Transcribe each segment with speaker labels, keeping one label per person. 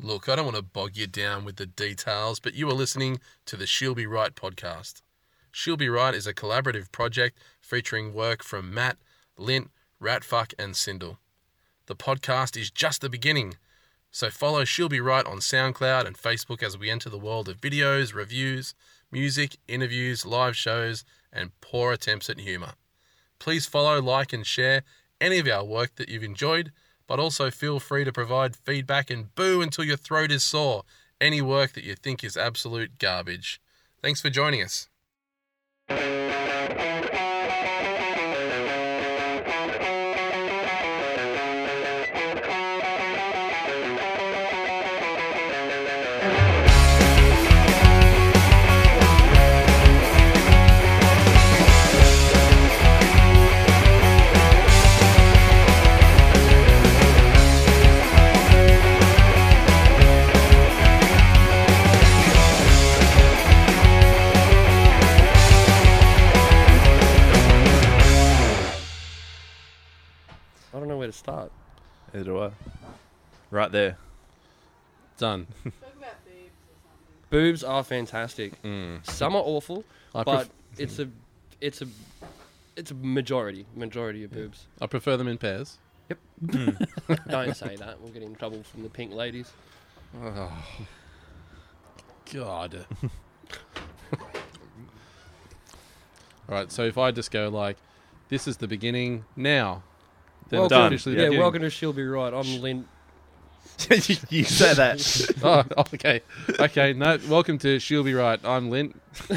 Speaker 1: Look, I don't want to bog you down with the details, but you are listening to the She'll Be Right podcast. She'll Be Right is a collaborative project featuring work from Matt, Lint, Ratfuck, and Sindel. The podcast is just the beginning, so follow She'll Be Right on SoundCloud and Facebook as we enter the world of videos, reviews, music, interviews, live shows, and poor attempts at humour. Please follow, like, and share any of our work that you've enjoyed, but also feel free to provide feedback and boo until your throat is sore any work that you think is absolute garbage. Thanks for joining us.
Speaker 2: I don't know where to start.
Speaker 3: Neither do I. Right there.
Speaker 2: Done. boobs are fantastic.
Speaker 3: Mm.
Speaker 2: Some are awful,
Speaker 1: I,
Speaker 2: but it's a, it's a, it's a majority majority of boobs.
Speaker 1: I prefer them in pairs.
Speaker 2: don't say that. We'll get in trouble from the pink ladies.
Speaker 1: God. All right, so if I just go like, this is the beginning now, then it's
Speaker 3: Welcome-
Speaker 1: officially
Speaker 3: Yeah,
Speaker 1: the
Speaker 2: Yeah,
Speaker 1: beginning.
Speaker 2: welcome to She'll Be Right. I'm Lynn.
Speaker 3: you, you say that.
Speaker 1: oh, okay, okay. No, welcome to She'll Be Right. I'm Lint.
Speaker 2: I'm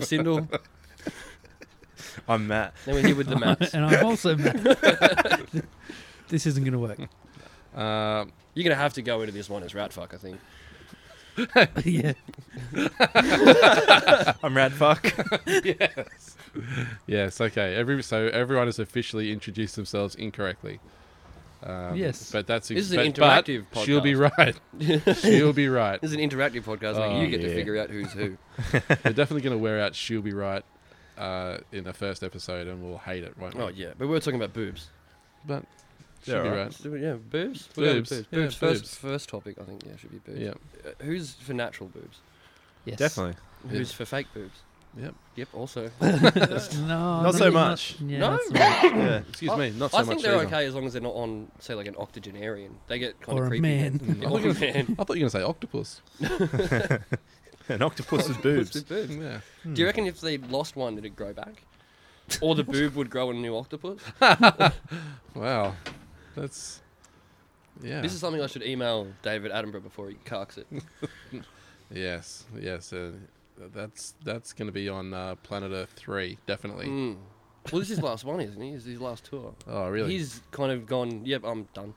Speaker 2: Sindel.
Speaker 3: I'm Matt.
Speaker 2: then we're here with the maps.
Speaker 4: and I'm also mad. this isn't going to work.
Speaker 1: Uh,
Speaker 2: You're gonna have to go into this one as Ratfuck, I think.
Speaker 4: yeah.
Speaker 3: I'm Radfuck.
Speaker 1: yes, okay. Every so everyone has officially introduced themselves incorrectly. Um,
Speaker 4: Yes.
Speaker 1: but that's
Speaker 2: This is an
Speaker 1: but- but
Speaker 2: interactive
Speaker 1: She'll be
Speaker 2: podcast.
Speaker 1: right. She'll be right.
Speaker 2: This is an interactive podcast.
Speaker 1: Oh,
Speaker 2: where you get to
Speaker 3: yeah.
Speaker 2: figure out who's who.
Speaker 1: We're definitely going to wear out. She'll be right uh, in the first episode, and we'll hate it, won't we?
Speaker 2: Oh yeah, but we we're talking about boobs.
Speaker 1: But she'll
Speaker 3: They're
Speaker 1: be
Speaker 3: alright.
Speaker 1: right.
Speaker 2: So, yeah, boobs. We'll go with
Speaker 1: Boobs.
Speaker 2: boobs.
Speaker 1: Yeah,
Speaker 2: boobs. First,
Speaker 1: boobs.
Speaker 2: first topic, I think. Yeah, should be boobs.
Speaker 1: Yeah.
Speaker 2: Uh, who's for natural boobs?
Speaker 4: Yes.
Speaker 3: Definitely.
Speaker 2: Who's for fake boobs?
Speaker 1: Yep.
Speaker 2: Yep. Also,
Speaker 4: No. Not,
Speaker 3: so much.
Speaker 4: yeah,
Speaker 2: No?
Speaker 4: that's not-
Speaker 3: Yeah.
Speaker 1: Excuse
Speaker 2: I-
Speaker 1: me. Not so
Speaker 2: I
Speaker 1: much.
Speaker 2: think they're
Speaker 1: either.
Speaker 2: okay as long as they're not on, say, like an octogenarian. They get kind
Speaker 4: Or
Speaker 2: of
Speaker 4: a
Speaker 2: creepy.
Speaker 4: man.
Speaker 2: then.
Speaker 1: I
Speaker 2: or a
Speaker 1: thought
Speaker 2: man.
Speaker 1: I thought you were going to say octopus.
Speaker 3: An octopus's
Speaker 2: What's
Speaker 3: boobs.
Speaker 2: with boobs?
Speaker 1: Yeah.
Speaker 2: Do you reckon if they lost one, it'd grow back? Or the boob would grow in a new octopus?
Speaker 1: Wow. That's. Yeah.
Speaker 2: This is something I should email David Attenborough before he carks it.
Speaker 1: Yes, yes, uh, that's that's going to be on uh, Planet Earth three definitely.
Speaker 2: Mm. Well, this is his last one, isn't he? This is his last tour.
Speaker 1: Oh really?
Speaker 2: He's kind of gone, yep, I'm done.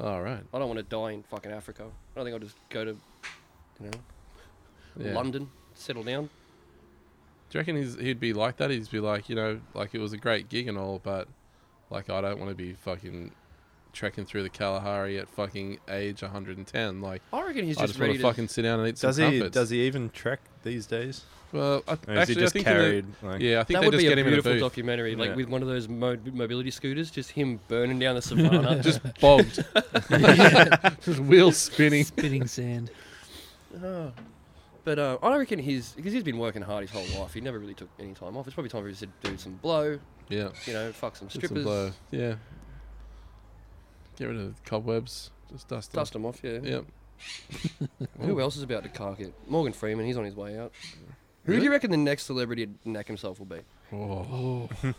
Speaker 1: All right.
Speaker 2: I don't want to die in fucking Africa. I don't think I'll just go to, you know,
Speaker 1: Yeah.
Speaker 2: London, settle down.
Speaker 1: Do you reckon he's, he'd be like that? He'd be like, you know, like it was a great gig and all, but like I don't want to be fucking trekking through the Kalahari at fucking age 110. Like
Speaker 2: I reckon he's
Speaker 1: I
Speaker 2: just,
Speaker 1: just want
Speaker 2: ready
Speaker 1: to
Speaker 2: to.
Speaker 1: fucking sit down and eat some
Speaker 3: Does he?
Speaker 1: crumpets.
Speaker 3: Does he even trek these days?
Speaker 1: Well, I, actually,
Speaker 3: Or is he
Speaker 1: I
Speaker 3: just
Speaker 1: think in the-
Speaker 3: carried? like,
Speaker 1: yeah, I think
Speaker 2: that
Speaker 1: they
Speaker 2: would
Speaker 1: just
Speaker 2: be
Speaker 1: get
Speaker 2: a
Speaker 1: him in a
Speaker 2: beautiful
Speaker 1: booth.
Speaker 2: documentary, like
Speaker 3: Yeah.
Speaker 2: with one of those mo- mobility scooters, just him burning down the savannah.
Speaker 1: just bogged, just wheels spinning.
Speaker 4: Spitting sand.
Speaker 2: Oh. But uh, I reckon he's because he's been working hard his whole life. He never really took any time off. It's probably time for him to do some blow.
Speaker 1: Yeah.
Speaker 2: You know, fuck some
Speaker 1: Just some
Speaker 2: strippers,
Speaker 1: blow. Yeah. Get rid of the cobwebs. Just dust them.
Speaker 2: dust them off. Yeah.
Speaker 1: Yep.
Speaker 2: Who else is about to cark it? Morgan Freeman. He's on his way out. Who do
Speaker 1: Really?
Speaker 2: you reckon the next celebrity to neck himself will be?
Speaker 1: Oh.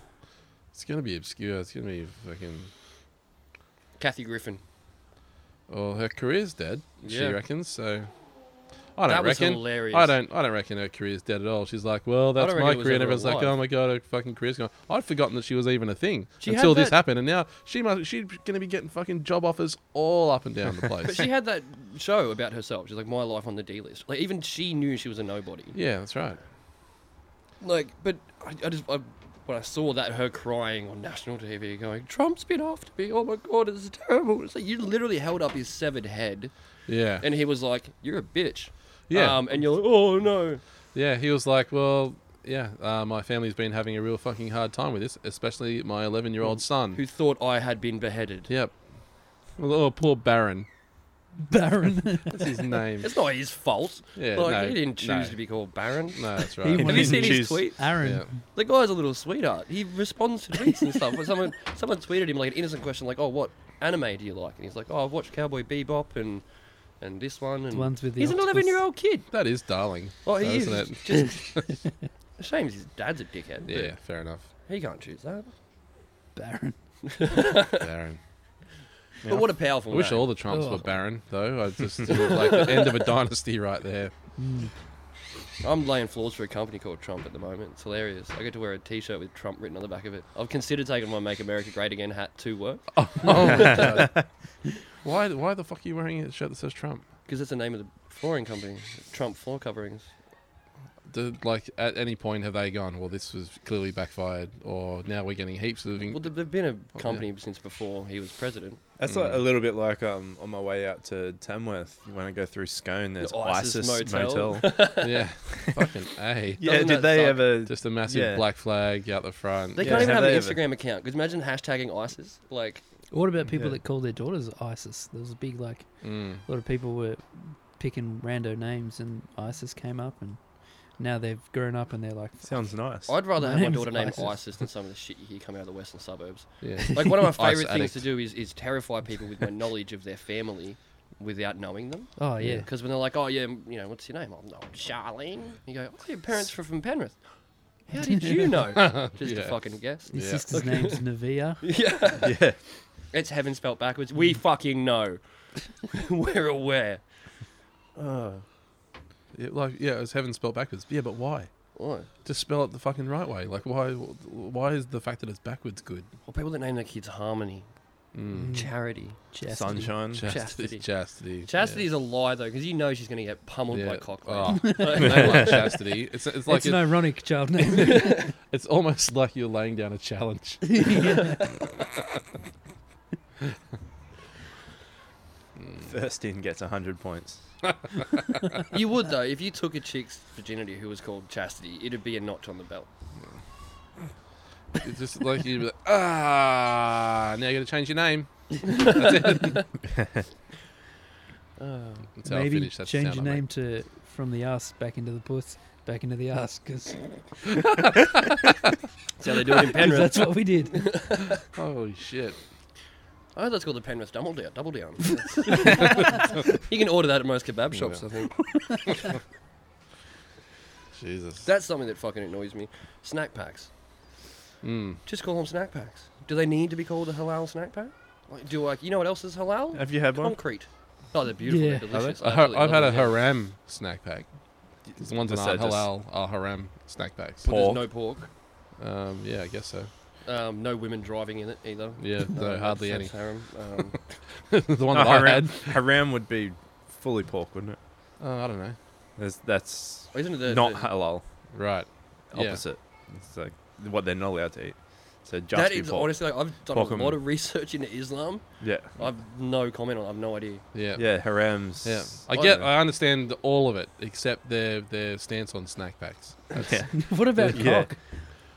Speaker 1: it's gonna be obscure. It's gonna be fucking.
Speaker 2: Kathy Griffin.
Speaker 1: Oh, her career's dead.
Speaker 2: Yeah.
Speaker 1: She reckons so. I don't
Speaker 2: that was
Speaker 1: reckon.
Speaker 2: hilarious.
Speaker 1: I don't. I don't reckon her career's dead at all. She's like, well,
Speaker 2: don't
Speaker 1: that's
Speaker 2: reckon
Speaker 1: my
Speaker 2: it was
Speaker 1: career, and
Speaker 2: ever
Speaker 1: everyone's like,
Speaker 2: alive.
Speaker 1: oh my god, her fucking career's gone. I'd forgotten that she was even a thing
Speaker 2: She had
Speaker 1: until this
Speaker 2: that-
Speaker 1: happened, and now she must. She's gonna be getting fucking job offers all up and down the
Speaker 2: But
Speaker 1: place.
Speaker 2: she had that show about herself. She's like my life on the D list. Like even she knew she was a nobody.
Speaker 1: yeah, that's right.
Speaker 2: Like, but I, I just I, when I saw that her crying on national TV, going Trump's been after me. Oh my god, this is terrible. It's like you literally held up his severed head,
Speaker 1: Yeah.
Speaker 2: and he was like, "You're a bitch."
Speaker 1: yeah.
Speaker 2: Um, and you're like, "Oh no."
Speaker 1: Yeah, he was like, well, yeah, uh, my family's been having a real fucking hard time with this, especially my 11 year old son.
Speaker 2: Who thought I had been beheaded?
Speaker 1: Yep. Well, oh, poor Baron.
Speaker 4: Baron.
Speaker 1: That's his name.
Speaker 2: It's not his fault.
Speaker 1: Yeah,
Speaker 2: like,
Speaker 1: no,
Speaker 2: he didn't choose
Speaker 1: no.
Speaker 2: to be called Baron.
Speaker 1: No, that's
Speaker 4: He
Speaker 1: right.
Speaker 4: Have
Speaker 2: Have
Speaker 4: you
Speaker 2: you
Speaker 4: didn't
Speaker 2: seen his
Speaker 3: choose-
Speaker 2: tweet?
Speaker 4: Aaron.
Speaker 1: Yeah.
Speaker 2: The guy's a little sweetheart. He responds to tweets and stuff. But someone someone tweeted him like an innocent question, like, "Oh, what anime do you like?" And he's like, "Oh, I've watched Cowboy Bebop and and this one." And
Speaker 4: The ones with the
Speaker 2: he's an
Speaker 4: octopus.
Speaker 2: eleven year old kid.
Speaker 1: That is darling.
Speaker 2: Oh, he
Speaker 1: though,
Speaker 2: is.
Speaker 1: isn't it?
Speaker 2: Just shame his dad's a dickhead. but
Speaker 1: Yeah, fair enough.
Speaker 2: he can't choose that.
Speaker 4: Baron.
Speaker 1: Baron.
Speaker 2: But what a powerful.
Speaker 1: I wish
Speaker 2: name.
Speaker 1: all Oh. the Trumps were
Speaker 4: Ugh.
Speaker 1: Baron, though. I just like the end of a dynasty right there.
Speaker 2: I'm laying floors for a company called Trump at the moment. It's hilarious. I get to wear a T-shirt with Trump written on the back of it. I've considered taking my "Make America Great Again" hat to work
Speaker 1: Oh, my God. Why, why the fuck are you wearing a shirt that says Trump?
Speaker 2: because that's the name of the flooring company, Trump Floor Coverings.
Speaker 1: Do, like, at any point have they gone, well, this was clearly backfired, or now we're getting heaps of.
Speaker 2: Well, there have been
Speaker 1: Oh,
Speaker 2: a company since before he was president.
Speaker 3: That's like a little bit like um, on my way out to Tamworth when I go through Scone. There's
Speaker 2: The ISIS
Speaker 3: ISIS,
Speaker 2: motel.
Speaker 3: motel.
Speaker 1: yeah. Fucking A.
Speaker 3: yeah,
Speaker 2: Doesn't
Speaker 3: did
Speaker 2: that
Speaker 3: they
Speaker 2: suck?
Speaker 3: ever?
Speaker 1: Just a massive
Speaker 3: Yeah.
Speaker 1: black flag out the front.
Speaker 2: They
Speaker 3: Yeah,
Speaker 2: can't even have
Speaker 3: have
Speaker 2: an
Speaker 3: they
Speaker 2: Instagram account. Because imagine hashtagging ISIS. Like,
Speaker 4: What about people
Speaker 3: Yeah.
Speaker 4: that call their daughters ISIS? There was a big like
Speaker 1: Mm.
Speaker 4: a lot of people were picking rando names, and ISIS came up, and now they've grown up and they're like,
Speaker 3: Sounds nice.
Speaker 2: I'd rather
Speaker 4: My
Speaker 2: have my
Speaker 4: name's
Speaker 2: daughter named ISIS.
Speaker 4: ISIS.
Speaker 2: than some of the shit you hear coming out of the western suburbs.
Speaker 1: Yeah.
Speaker 2: Like, one of my
Speaker 1: Ice
Speaker 2: favorite things
Speaker 1: addict.
Speaker 2: to do is, is terrify people with my knowledge of their family without knowing them.
Speaker 4: oh yeah,
Speaker 2: Because when they're like, oh, yeah, m- you know, what's your name? Oh, no, Charlene. You go, oh, your parents were from Penrith. How did you know? Just a
Speaker 1: Yeah.
Speaker 2: fucking guess.
Speaker 4: your
Speaker 1: Yeah.
Speaker 4: sister's name's Navia.
Speaker 2: Yeah.
Speaker 3: yeah,
Speaker 2: It's heaven spelt backwards.
Speaker 1: Mm.
Speaker 2: We fucking know. We're aware. Oh.
Speaker 1: Yeah, like, yeah, it was heaven spelled backwards. Yeah, but why?
Speaker 2: Why?
Speaker 1: Just spell it the fucking right way. Like, why? Why is the fact that it's backwards good?
Speaker 2: Well, people that name their kids Harmony, Charity.
Speaker 4: Chastity.
Speaker 3: sunshine.
Speaker 2: Chastity.
Speaker 1: Mm. Chastity. Chastity.
Speaker 2: Chastity's a lie, though, because you know she's going to get pummeled
Speaker 1: yeah.
Speaker 2: by
Speaker 1: Yeah.
Speaker 2: Cochrane.
Speaker 1: Oh, name like chastity. It's, it's like
Speaker 4: it's
Speaker 1: it-
Speaker 4: an ironic child name.
Speaker 1: it's almost like you're laying down a challenge.
Speaker 3: First in gets hundred points.
Speaker 1: Oh.
Speaker 2: you would, though, if you took a chick's virginity who was called Chastity, it'd be a notch on the belt.
Speaker 1: It's just like you like, ah. Now you got to change your name. That's it. That's how I
Speaker 4: Maybe
Speaker 1: finish. That's the
Speaker 4: change your
Speaker 1: sound I
Speaker 4: name
Speaker 1: make.
Speaker 4: to from the ass back into the puss, back into the ass, because
Speaker 2: That's how they do it in Penrith.
Speaker 4: that's what we did.
Speaker 1: Holy shit!
Speaker 2: Oh, that's called the Penrith Double Down. Double Down. you can order that at most kebab shops, I think.
Speaker 1: Jesus.
Speaker 2: That's something that fucking annoys me. Snack packs.
Speaker 1: Mm.
Speaker 2: Just call them snack packs. Do they need to be called a halal snack pack? Like, do I? You know what else is halal?
Speaker 3: Have you had one?
Speaker 2: Concrete. Oh, they're beautiful.
Speaker 4: Uh, Yeah.
Speaker 2: They're
Speaker 1: Are they?
Speaker 2: delicious.
Speaker 1: I
Speaker 2: I
Speaker 1: ha-
Speaker 2: absolutely
Speaker 1: I've had a
Speaker 2: love them,
Speaker 1: haram snack pack. It's the ones that
Speaker 3: So
Speaker 1: aren't
Speaker 3: just-
Speaker 1: halal are haram snack packs.
Speaker 2: yeah. But
Speaker 3: pork.
Speaker 2: There's no pork.
Speaker 1: Um, yeah, I guess so.
Speaker 2: Um, no women driving in it either.
Speaker 1: Yeah, no,
Speaker 2: Um,
Speaker 1: hardly
Speaker 2: so
Speaker 1: any.
Speaker 2: Haram. Um,
Speaker 1: the one
Speaker 3: No,
Speaker 1: that I
Speaker 3: Oh, haram,
Speaker 1: had.
Speaker 3: haram would be fully pork, wouldn't it?
Speaker 1: Oh, I don't know.
Speaker 3: There's, that's
Speaker 2: isn't it the,
Speaker 3: not
Speaker 2: the,
Speaker 3: halal.
Speaker 1: Right. Yeah.
Speaker 3: Opposite. It's like what they're not allowed to eat. So just
Speaker 2: that
Speaker 3: be
Speaker 2: is
Speaker 3: pork.
Speaker 2: honestly like I've done
Speaker 3: Pork
Speaker 2: a
Speaker 3: and-
Speaker 2: lot of research into Islam.
Speaker 3: Yeah.
Speaker 2: I've no comment on. it. I've no idea.
Speaker 1: Yeah.
Speaker 3: Yeah, harams.
Speaker 1: Yeah. I
Speaker 2: I
Speaker 1: get.
Speaker 2: know.
Speaker 1: I understand all of it except their their stance on snack packs. That's,
Speaker 3: Yeah.
Speaker 4: what about
Speaker 3: Yeah.
Speaker 4: cock?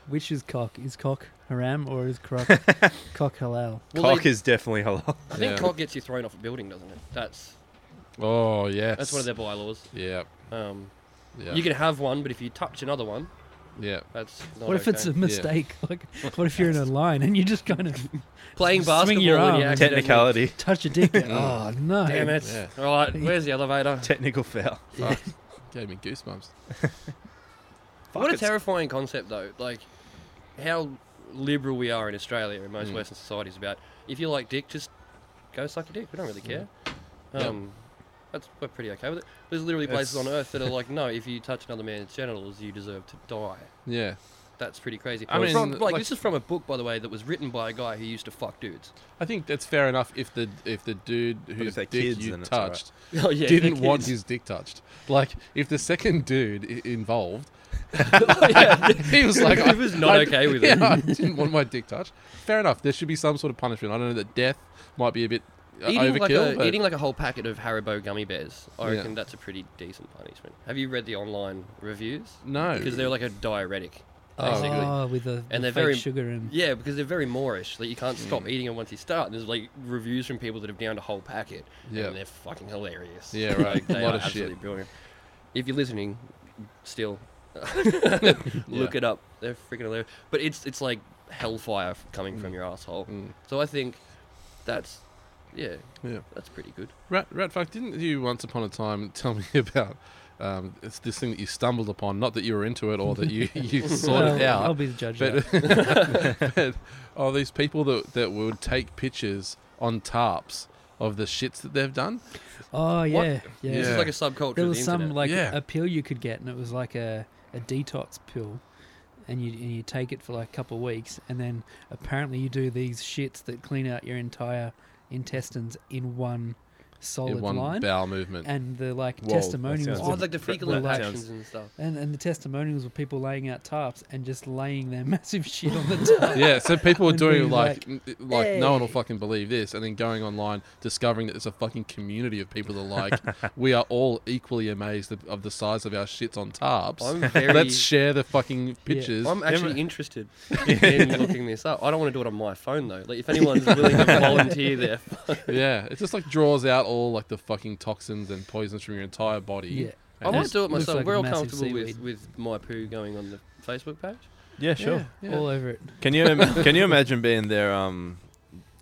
Speaker 4: Which is cock? Is cock haram or is croc cock halal?
Speaker 2: Well,
Speaker 3: Cock
Speaker 2: they-
Speaker 3: is definitely halal.
Speaker 2: I think
Speaker 1: Yeah.
Speaker 2: cock gets you thrown off a building, doesn't it? That's
Speaker 1: Oh yes.
Speaker 2: that's one of their bylaws.
Speaker 1: Yeah.
Speaker 2: Um,
Speaker 1: Yeah.
Speaker 2: You can have one, but if you touch another one,
Speaker 1: yeah.
Speaker 2: that's not
Speaker 4: What if it's a
Speaker 2: okay.
Speaker 4: mistake? Like, what if you're in a line and you just kind of
Speaker 2: playing
Speaker 4: swing
Speaker 2: basketball?
Speaker 4: your
Speaker 2: and you
Speaker 4: arm.
Speaker 2: accidentally-
Speaker 3: Technicality.
Speaker 4: touch a dick? oh no!
Speaker 2: Damn it!
Speaker 1: Yeah.
Speaker 2: All right, where's the elevator?
Speaker 3: Technical foul.
Speaker 1: Fuck. Gave me goosebumps.
Speaker 2: What a
Speaker 3: it's-
Speaker 2: terrifying concept, though. Like, how liberal we are in Australia and most
Speaker 1: Mm.
Speaker 2: Western societies about if you like dick, just go suck a dick. We don't really care.
Speaker 1: Mm. Yeah.
Speaker 2: Um, That's we're pretty okay with it. There's literally places
Speaker 3: It's-
Speaker 2: on earth that are like, no, if you touch another man's genitals, you deserve to die.
Speaker 1: Yeah.
Speaker 2: That's pretty crazy.
Speaker 1: I mean,
Speaker 2: From- like,
Speaker 1: like-
Speaker 2: this is from a book, by the way, that was written by a guy who used to fuck dudes.
Speaker 1: I think that's fair enough if the if the dude whose
Speaker 3: they're
Speaker 1: dick
Speaker 3: kids,
Speaker 1: you
Speaker 3: then it's alright.
Speaker 1: touched
Speaker 2: Oh yeah,
Speaker 1: didn't want his dick touched. Like if the second dude I- involved, he was like,
Speaker 2: He
Speaker 1: I-
Speaker 2: was not
Speaker 1: I-
Speaker 2: okay with it.
Speaker 1: yeah, I didn't want my dick touched. Fair enough. There should be some sort of punishment. I don't know that death might be a bit uh,
Speaker 2: Eating
Speaker 1: overkill.
Speaker 2: like, a,
Speaker 1: but
Speaker 2: eating like a whole packet of Haribo gummy bears, I
Speaker 1: Yeah.
Speaker 2: reckon that's a pretty decent punishment. Have you read the online reviews?
Speaker 1: no,
Speaker 2: Because they're like a diuretic. basically.
Speaker 4: Oh, with the,
Speaker 2: And
Speaker 4: the
Speaker 2: they're
Speaker 4: fake
Speaker 2: very-
Speaker 4: sugar and
Speaker 2: Yeah, because they're very Moorish. Like you can't stop eating them once you start. And there's like reviews from people that have downed a whole packet.
Speaker 1: Yeah.
Speaker 2: and they're fucking hilarious.
Speaker 1: Yeah, right.
Speaker 2: Like, they
Speaker 1: Lot
Speaker 2: are
Speaker 1: of shit.
Speaker 2: absolutely Brilliant. If you're listening, still look
Speaker 1: Yeah.
Speaker 2: it up. They're freaking hilarious. But it's it's like hellfire f- coming from your asshole.
Speaker 1: Mm.
Speaker 2: So I think that's yeah,
Speaker 1: Yeah.
Speaker 2: that's pretty good.
Speaker 1: Rat, Ratfuck, didn't you once upon a time tell me about um, it's this thing that you stumbled upon? Not that you were into it or that you, you sought it
Speaker 4: Well, Oh, I'll
Speaker 1: out.
Speaker 4: be the judge. of
Speaker 1: But, but oh, these people that, that would take pictures on tarps of the shits that they've done.
Speaker 4: that. Oh yeah, yeah.
Speaker 2: This
Speaker 1: Yeah.
Speaker 2: is like a subculture.
Speaker 4: There
Speaker 2: of
Speaker 4: was
Speaker 2: the
Speaker 4: some
Speaker 2: internet.
Speaker 4: like
Speaker 1: Yeah.
Speaker 4: a pill you could get, and it was like a, a detox pill, and you and you take it for like a couple of weeks, and then apparently you do these shits that clean out your entire intestines in one solid
Speaker 1: in one
Speaker 4: line,
Speaker 1: bowel movement.
Speaker 4: and the like
Speaker 3: Whoa, that
Speaker 4: testimonials.
Speaker 3: sounds
Speaker 2: oh,
Speaker 4: were-
Speaker 2: it's like the fecal
Speaker 4: Well, that
Speaker 2: infections and stuff.
Speaker 4: and, and the testimonials were people laying out tarps and just laying their massive shit on the tarp.
Speaker 1: yeah, so people are
Speaker 4: And
Speaker 1: doing
Speaker 4: being
Speaker 1: like, n- like, no one will fucking believe this, and then going online, discovering that there's a fucking community of people that are like, we are all equally amazed of, of the size of our shits on tarps.
Speaker 2: I'm very.
Speaker 1: Let's share the fucking pictures.
Speaker 2: I'm actually interested in looking this up. I don't want to do it on my phone though. Like if anyone's willing to volunteer their
Speaker 1: yeah, it just like draws out all like the fucking toxins and poisons from your entire body.
Speaker 4: Yeah.
Speaker 2: I
Speaker 1: And
Speaker 2: might
Speaker 4: just
Speaker 2: do it
Speaker 4: looks
Speaker 2: myself.
Speaker 4: like
Speaker 2: We're all
Speaker 4: massive
Speaker 2: comfortable with,
Speaker 4: seaweed.
Speaker 2: with my poo going on the Facebook page.
Speaker 3: Yeah, sure.
Speaker 1: Yeah.
Speaker 4: all over it.
Speaker 3: Can you im- can you imagine being there? Um,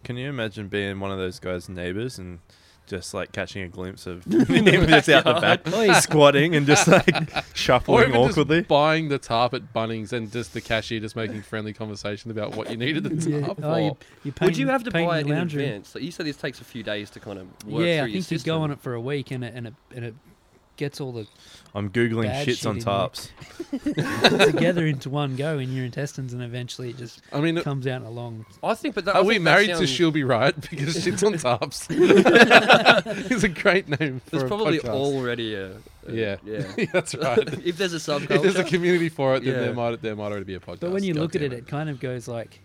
Speaker 3: can you imagine being one of those guys' neighbors and just like catching a glimpse of him just out the back, squatting and just like
Speaker 1: Or
Speaker 3: shuffling
Speaker 1: even
Speaker 3: awkwardly?
Speaker 1: just buying the tarp at Bunnings and just the cashier just making friendly conversation about what you needed the tarp
Speaker 4: Yeah.
Speaker 1: for.
Speaker 4: Oh, you, you paint,
Speaker 2: Would you have to
Speaker 4: paint
Speaker 2: buy
Speaker 4: in
Speaker 2: it
Speaker 4: the
Speaker 2: in
Speaker 4: lounge room.
Speaker 2: advance? Like you said this takes a few days to kind of work
Speaker 4: yeah,
Speaker 2: through
Speaker 4: I
Speaker 2: your
Speaker 4: think you
Speaker 2: system.
Speaker 4: go on it for a week and it and it and it gets all the
Speaker 3: I'm googling
Speaker 4: Bad
Speaker 3: shits
Speaker 4: shit
Speaker 3: on
Speaker 4: in
Speaker 3: tarps.
Speaker 4: together into one go in your intestines and eventually it just
Speaker 1: I mean,
Speaker 4: comes out in a long
Speaker 2: I think, but that, I
Speaker 1: are we
Speaker 2: think that
Speaker 1: married to
Speaker 2: sounds-
Speaker 1: She'll Be Right? Because shit's on tarps. it's a great name for
Speaker 2: There's
Speaker 1: a
Speaker 2: probably
Speaker 1: podcast.
Speaker 2: already a, a-
Speaker 1: Yeah.
Speaker 2: yeah.
Speaker 1: That's right.
Speaker 2: if there's a subculture,
Speaker 1: if there's a community for it, then
Speaker 2: Yeah.
Speaker 1: there might there might already be a podcast.
Speaker 4: But when you look at
Speaker 1: Goddamn
Speaker 4: it, it kind of goes like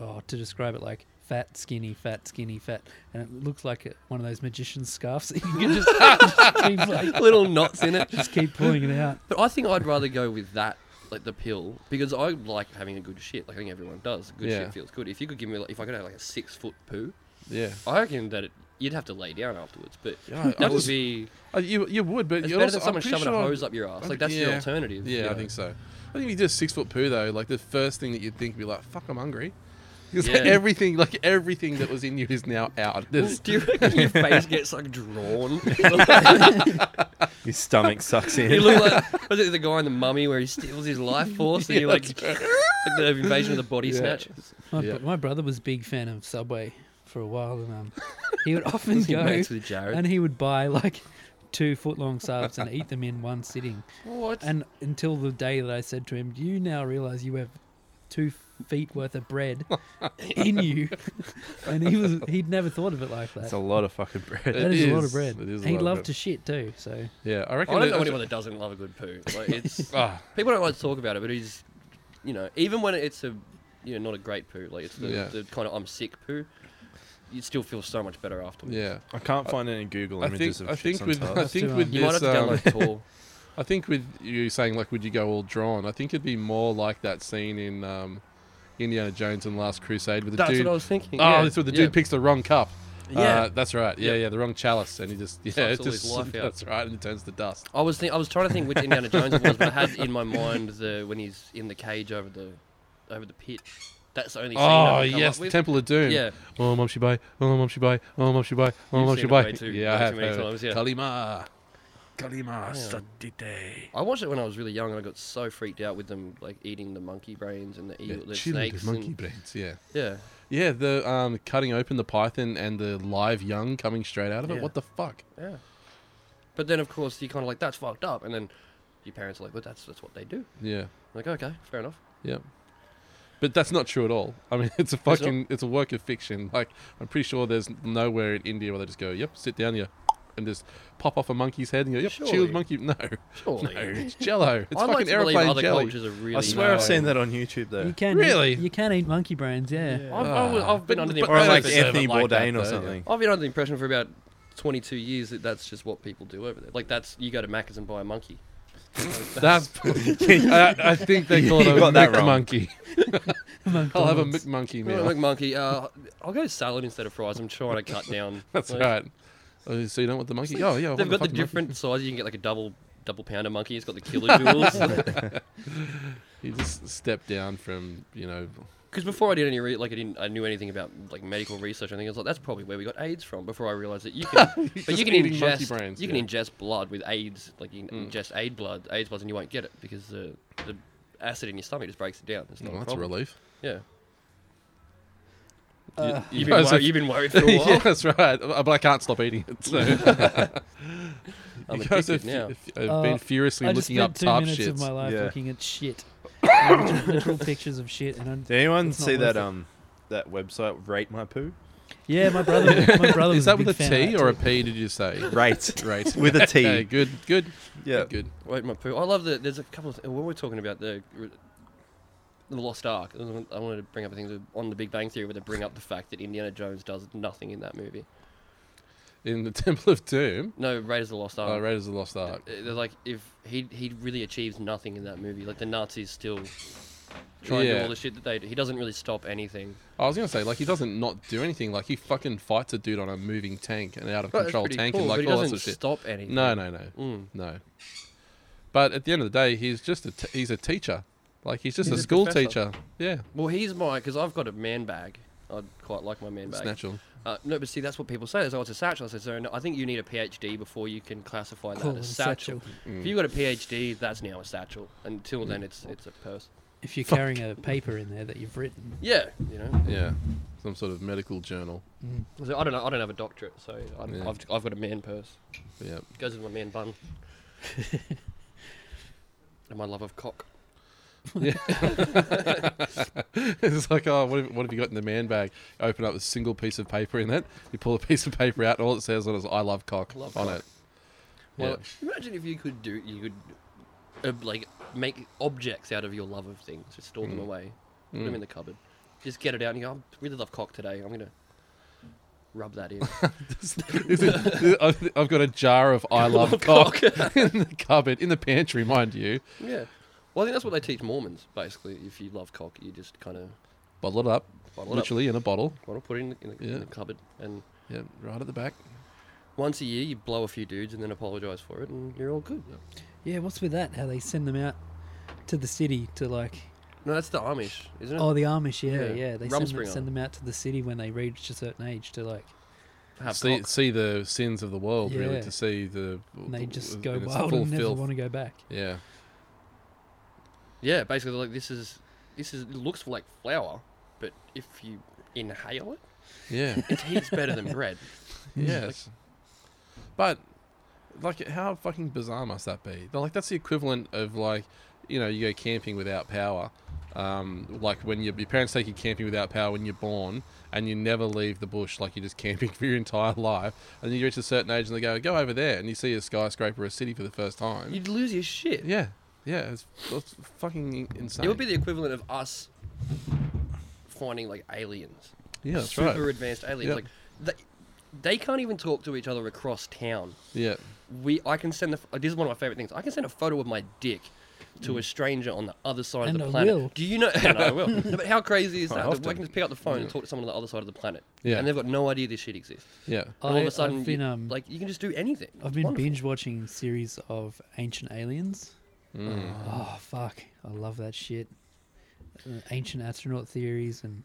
Speaker 4: oh, to describe it like fat, skinny, fat, skinny, fat and it looks like a, one of those magician's scarves that you can just, just keep like,
Speaker 2: little knots in it.
Speaker 4: just keep pulling it out.
Speaker 2: But I think I'd rather go with that, like the pill, because I like having a good shit. Like I think everyone does. Good
Speaker 1: Yeah.
Speaker 2: shit feels good. If you could give me, like, if I could have like a six foot poo,
Speaker 1: yeah.
Speaker 2: I reckon that it, you'd have to lay down afterwards. But
Speaker 1: Yeah, I- I
Speaker 2: that would
Speaker 1: just-
Speaker 2: be
Speaker 1: Uh, you you would, but
Speaker 2: it's
Speaker 1: you're
Speaker 2: better
Speaker 1: also,
Speaker 2: than someone
Speaker 1: I'm pretty
Speaker 2: shoving
Speaker 1: sure
Speaker 2: a hose up your ass. Like that's the
Speaker 1: Yeah.
Speaker 2: alternative.
Speaker 1: Yeah, I think so. I think if you do a six foot poo though, like the first thing that you'd think would be like, "Fuck, I'm hungry," because like
Speaker 2: Yeah.
Speaker 1: everything, like everything that was in you is now out. There's-
Speaker 2: Do you reckon your face gets like drawn?
Speaker 3: His stomach sucks in.
Speaker 2: you look like was it the guy in the mummy where he steals his life force and you like, like the invasion of the body
Speaker 1: Yeah.
Speaker 2: snatch?
Speaker 4: My,
Speaker 1: Yeah.
Speaker 4: bro- my brother was a big fan of Subway for a while and um, he would often
Speaker 2: He's
Speaker 4: go
Speaker 2: mates with Jared.
Speaker 4: and he would buy like two foot long subs and eat them in one sitting.
Speaker 2: what?
Speaker 4: And until the day that I said to him, "Do you now realize you have two feet worth of bread in you?" and he was he'd never thought of it like that.
Speaker 3: It's a lot of fucking bread.
Speaker 1: It
Speaker 4: that is, a lot of
Speaker 1: is.
Speaker 4: bread.
Speaker 1: It is a
Speaker 4: he
Speaker 1: lot of
Speaker 4: loved
Speaker 1: bread.
Speaker 4: to shit too. So
Speaker 1: yeah, I
Speaker 2: I
Speaker 1: reckon.
Speaker 2: don't
Speaker 1: that-
Speaker 2: know anyone that doesn't love a good poo. Like it's
Speaker 1: Ah,
Speaker 2: people don't like to talk about it, but he's you know even when it's a you know not a great poo, like it's the,
Speaker 1: Yeah.
Speaker 2: the kind of I'm sick poo, you still feel so much better afterwards.
Speaker 1: yeah.
Speaker 3: I can't find any Google
Speaker 1: I
Speaker 3: images
Speaker 1: think
Speaker 3: of
Speaker 1: I
Speaker 3: shits
Speaker 1: think
Speaker 3: on
Speaker 1: with I
Speaker 3: tarps.
Speaker 1: think
Speaker 4: too
Speaker 1: with
Speaker 4: hard.
Speaker 2: You might
Speaker 1: this,
Speaker 2: have to
Speaker 1: um,
Speaker 2: download Tor.
Speaker 1: I think with you saying like, would you go all drawn? I think it'd be more like that scene in um, Indiana Jones and the Last Crusade with the
Speaker 2: That's
Speaker 1: dude.
Speaker 2: what I was thinking.
Speaker 1: oh,
Speaker 2: yeah.
Speaker 1: that's what the
Speaker 2: yeah.
Speaker 1: dude picks the wrong cup.
Speaker 2: Yeah.
Speaker 1: uh, that's right. Yeah,
Speaker 2: Yep.
Speaker 1: yeah, the wrong chalice, and he just yeah,
Speaker 2: Sucks
Speaker 1: it
Speaker 2: all his
Speaker 1: just
Speaker 2: life out.
Speaker 1: that's right, and it turns to dust.
Speaker 2: I was think, I was trying to think which Indiana Jones it was, but I had in my mind the when he's in the cage over the over the pit. That's the only scene that
Speaker 1: Oh
Speaker 2: I come
Speaker 1: yes,
Speaker 2: up
Speaker 1: the
Speaker 2: with.
Speaker 1: Temple of Doom.
Speaker 2: Yeah.
Speaker 1: Oh, mom she bay. Oh, mom she bay. Oh, mom she bay. Oh, mom
Speaker 2: You've seen
Speaker 1: she
Speaker 2: it way
Speaker 1: bay.
Speaker 2: too-
Speaker 1: Yeah, I
Speaker 2: way too
Speaker 1: have. uh,
Speaker 2: many
Speaker 1: heard it.
Speaker 2: times, yeah.
Speaker 1: Kalima. Kalima.
Speaker 2: Damn.
Speaker 1: Satite.
Speaker 2: I watched it when I was really young, and I got so freaked out with them like eating the monkey brains and the,
Speaker 1: Yeah,
Speaker 2: eel, the
Speaker 1: chili with
Speaker 2: snakes.
Speaker 1: monkey
Speaker 2: and,
Speaker 1: brains. Yeah.
Speaker 2: yeah,
Speaker 1: Yeah, the um, cutting open the python and the live young coming straight out of it.
Speaker 2: Yeah.
Speaker 1: What the fuck?
Speaker 2: yeah. But then of course you're kind of like that's fucked up, and then your parents are like, but that's that's what they do.
Speaker 1: Yeah.
Speaker 2: I'm like okay, fair enough.
Speaker 1: Yeah. But that's not true at all. I mean, it's a
Speaker 2: not?
Speaker 1: fucking, it's a work of fiction. Like, I'm pretty sure there's nowhere in India where they just go, yep, sit down here, and just pop off a monkey's head and go, yep,
Speaker 2: Surely.
Speaker 1: chilled monkey. No,
Speaker 2: Surely.
Speaker 1: no, it's Jello. It's
Speaker 2: I
Speaker 1: fucking
Speaker 2: like to believe
Speaker 1: aeroplane
Speaker 2: other
Speaker 1: jelly.
Speaker 2: cultures are really.
Speaker 3: I swear I've
Speaker 2: nice.
Speaker 3: seen that on YouTube though.
Speaker 4: you can
Speaker 1: Really?
Speaker 4: eat, you can eat monkey brains. Yeah.
Speaker 2: I've, I've, I've been
Speaker 1: But-
Speaker 2: under the
Speaker 1: but-
Speaker 3: or
Speaker 2: impression
Speaker 3: like
Speaker 1: They
Speaker 2: for
Speaker 1: serve
Speaker 3: Anthony
Speaker 1: it like that,
Speaker 3: Bourdain
Speaker 1: though,
Speaker 3: or
Speaker 1: yeah.
Speaker 3: something.
Speaker 2: I've been under the impression for about 22 years that that's just what people do over there. Like that's you go to Macca's and buy a monkey.
Speaker 1: That's. I, I think they call it a
Speaker 3: You got that
Speaker 1: McMonkey.
Speaker 3: wrong.
Speaker 1: monkey. I'll have a
Speaker 4: McDonald's.
Speaker 1: McMonkey
Speaker 2: Well,
Speaker 1: meal.
Speaker 2: McMonkey, uh, I'll go salad instead of fries. I'm trying to cut down.
Speaker 1: That's
Speaker 2: Like,
Speaker 1: right. Oh, so you don't want the monkey? Oh yeah, I want
Speaker 2: They've got the
Speaker 1: fucking monkey.
Speaker 2: different sizes. You can get like a double double pounder monkey. It's got the kilojoules.
Speaker 1: You just step down from you know.
Speaker 2: Because before I did any re- like I didn't I knew anything about like medical research. I think I was like that's probably where we got AIDS from. Before I realized that you can, but
Speaker 1: Just
Speaker 2: you can
Speaker 1: eating monkey
Speaker 2: ingest
Speaker 1: brains,
Speaker 2: you
Speaker 1: yeah.
Speaker 2: can ingest blood with AIDS. Like you can
Speaker 1: Mm.
Speaker 2: ingest AIDS blood, AIDS blood, and you won't get it because the the acid in your stomach just breaks it down. It's not
Speaker 1: Oh,
Speaker 2: a
Speaker 1: that's a
Speaker 2: problem.
Speaker 1: relief.
Speaker 2: Yeah,
Speaker 4: Uh,
Speaker 1: you,
Speaker 2: you've been,
Speaker 1: guys
Speaker 2: wor-
Speaker 1: have-
Speaker 2: you've been worried for a while.
Speaker 1: yeah, that's right. Uh, But I can't stop eating it. So.
Speaker 2: I'm
Speaker 1: you guys
Speaker 2: addicted
Speaker 1: have,
Speaker 2: now.
Speaker 1: f- have
Speaker 4: Uh,
Speaker 1: been furiously
Speaker 4: I just
Speaker 1: looking
Speaker 4: spent
Speaker 1: up
Speaker 4: two
Speaker 1: top
Speaker 4: minutes
Speaker 1: shits.
Speaker 4: of my life
Speaker 3: Yeah.
Speaker 4: looking at shit, Looking at literal pictures of shit, and I'm,
Speaker 3: Did anyone
Speaker 4: It's not
Speaker 3: see
Speaker 4: worth
Speaker 3: that
Speaker 4: it.
Speaker 3: um that website rate my poo?
Speaker 4: yeah, my brother, my brother
Speaker 1: Is
Speaker 4: was
Speaker 1: that
Speaker 4: a big
Speaker 1: with a
Speaker 4: fan of
Speaker 1: T
Speaker 4: that
Speaker 1: or a
Speaker 4: too.
Speaker 1: P? Did you say?
Speaker 3: Rate
Speaker 1: Right.
Speaker 3: with a T.
Speaker 1: Okay, good, good,
Speaker 3: yeah.
Speaker 1: good.
Speaker 2: Wait, my poo. I love that. There's a couple of th- when we're talking about the the Lost Ark. I wanted- I wanted to bring up a thing that- on the Big Bang Theory where they bring up the fact that Indiana Jones does nothing in that movie.
Speaker 1: In the Temple of Doom,
Speaker 2: No, Raiders of the Lost Ark.
Speaker 1: uh, Raiders of the Lost Ark.
Speaker 2: Uh, They're like if he he really achieves nothing in that movie. Like the Nazis still try and do
Speaker 1: Yeah.
Speaker 2: all the shit that they do. He doesn't really stop anything.
Speaker 1: I was gonna say, like, he doesn't not do anything. Like, he fucking fights a dude on a moving tank and out of control tank and
Speaker 2: but
Speaker 1: like
Speaker 2: he
Speaker 1: all that
Speaker 2: doesn't
Speaker 1: sort of shit.
Speaker 2: stop anything.
Speaker 1: No, no, no,
Speaker 2: Mm.
Speaker 1: no. But at the end of the day, he's just a t- he's a teacher. Like, he's just
Speaker 2: He's
Speaker 1: a
Speaker 2: a
Speaker 1: school
Speaker 2: professor.
Speaker 1: teacher. Yeah,
Speaker 2: Well, he's my because I've got a man bag. I quite like my man
Speaker 1: it's
Speaker 2: bag.
Speaker 1: natural.
Speaker 2: Uh, no, but see, that's what people say. There's always a satchel. I said, so no, I think you need a PhD before you can classify that
Speaker 4: Call it a
Speaker 2: as satchel.
Speaker 4: satchel.
Speaker 1: Mm.
Speaker 2: If you've got a PhD, that's now a satchel. Until then, it's it's a purse.
Speaker 4: If you're carrying a paper in there that you've written,
Speaker 2: Yeah, you know.
Speaker 1: Yeah, some sort of medical journal.
Speaker 4: mm,
Speaker 2: So I don't know. I don't have a doctorate, so I,
Speaker 1: Yeah.
Speaker 2: I've I've got a man purse.
Speaker 1: Yeah.
Speaker 2: Goes with my man bun. and my love of cock.
Speaker 1: it's like, oh, what have, what have you got in the man bag? Open up a single piece of paper in that. You pull a piece of paper out, and all it says on it is "I love cock"
Speaker 2: Love
Speaker 1: on
Speaker 2: cock.
Speaker 1: it.
Speaker 2: Well,
Speaker 1: Yeah.
Speaker 2: imagine if you could do you could uh, like make objects out of your love of things, just store them
Speaker 1: Mm.
Speaker 2: away, put them
Speaker 1: Mm.
Speaker 2: in the cupboard, just get it out and you go, I really love cock today. I'm gonna rub that in.
Speaker 1: Is it- I've I've got a jar of I love cock in the cupboard, in the pantry, mind you.
Speaker 2: yeah. Well, I think that's what they teach Mormons basically. If you love cock, you just kind of
Speaker 1: Bottle it up,
Speaker 2: bottle it up,
Speaker 1: literally in a bottle.
Speaker 2: bottle, put it in the, in, the, in
Speaker 1: Yeah.
Speaker 2: the cupboard, and
Speaker 1: Yeah, right at the back.
Speaker 2: once a year you blow a few dudes and then apologize for it, and you're all good.
Speaker 4: yeah, what's with that? How they send them out to the city to like,
Speaker 2: No, that's the Amish, isn't it?
Speaker 4: oh, the Amish, yeah,
Speaker 2: Yeah.
Speaker 4: yeah, they send them,
Speaker 2: Rumspringer.
Speaker 4: send them out to the city when they reach a certain age to like,
Speaker 2: Have
Speaker 1: see,
Speaker 2: cock.
Speaker 1: see the sins of the world, really,
Speaker 4: Yeah.
Speaker 1: to see the.
Speaker 4: and they just
Speaker 1: and
Speaker 4: go
Speaker 1: it's
Speaker 4: wild
Speaker 1: full
Speaker 4: and never
Speaker 1: filth.
Speaker 4: want to go back.
Speaker 1: Yeah,
Speaker 2: Yeah, basically, like this is this is it looks like flour, but if you inhale it,
Speaker 1: yeah,
Speaker 2: it tastes better than bread.
Speaker 1: yes. But, like, how fucking bizarre must that be? They're Like, that's the equivalent of like, you know, you go camping without power. Um, like when your, your parents take you camping without power when you're born, and you never leave the bush, like you're just camping for your entire life. And then you reach a certain age, and they go, "Go over there," and you see a skyscraper, or a city for the first time.
Speaker 2: You'd lose your shit.
Speaker 1: Yeah, yeah, it's, it's fucking insane.
Speaker 2: It would be the equivalent of us finding like aliens,
Speaker 1: yeah, that's
Speaker 2: super
Speaker 1: right.
Speaker 2: advanced aliens.
Speaker 1: Yep.
Speaker 2: Like they, they can't even talk to each other across town.
Speaker 1: Yeah,
Speaker 2: We, I can send the. f- This is one of my favorite things. I can send a photo of my dick to a stranger on the other side
Speaker 4: And
Speaker 2: of the
Speaker 4: I
Speaker 2: planet.
Speaker 4: will.
Speaker 2: Do you know? And I will. No, but how crazy is
Speaker 1: Quite
Speaker 2: that? I
Speaker 1: often.
Speaker 2: can just pick up the phone and talk to someone on the other side of the planet,
Speaker 1: Yeah.
Speaker 2: and they've got no idea this shit exists.
Speaker 1: yeah.
Speaker 2: And all
Speaker 4: I-
Speaker 2: of a
Speaker 4: I've
Speaker 2: sudden,
Speaker 4: been,
Speaker 2: you,
Speaker 4: um,
Speaker 2: like you can just do anything.
Speaker 4: I've
Speaker 2: It's
Speaker 4: been
Speaker 2: wonderful.
Speaker 4: binge watching series of Ancient Aliens.
Speaker 1: Mm.
Speaker 4: Oh fuck, I love that shit. Uh, Ancient astronaut theories and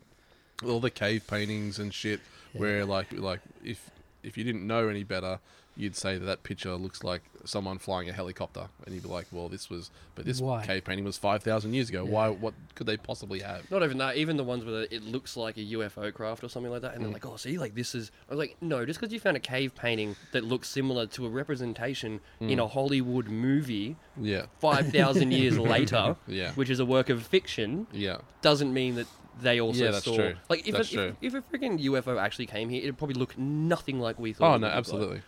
Speaker 1: all the cave paintings and shit
Speaker 4: Yeah.
Speaker 1: where like like if if you didn't know any better you'd say that that picture looks like someone flying a helicopter and you'd be like well this was but this
Speaker 4: Why?
Speaker 1: cave painting was 5000 years ago
Speaker 4: Yeah.
Speaker 1: why what could they possibly have
Speaker 2: Not even that. Even the ones where it looks like a UFO craft or something like that, and
Speaker 1: Mm.
Speaker 2: they're like, "Oh, see, like this is." I was like, "No, just because you found a cave painting that looks similar to a representation in
Speaker 1: Mm.
Speaker 2: a Hollywood movie
Speaker 1: yeah
Speaker 2: five thousand years later,
Speaker 1: Yeah.
Speaker 2: which is a work of fiction,
Speaker 1: yeah
Speaker 2: doesn't mean that they also
Speaker 1: Yeah, that's
Speaker 2: saw."
Speaker 1: true.
Speaker 2: Like, if
Speaker 1: That's
Speaker 2: a,
Speaker 1: true.
Speaker 2: If, if a freaking UFO actually came here, it'd probably look nothing like we thought.
Speaker 1: oh
Speaker 2: it
Speaker 1: no
Speaker 2: would look like.
Speaker 1: absolutely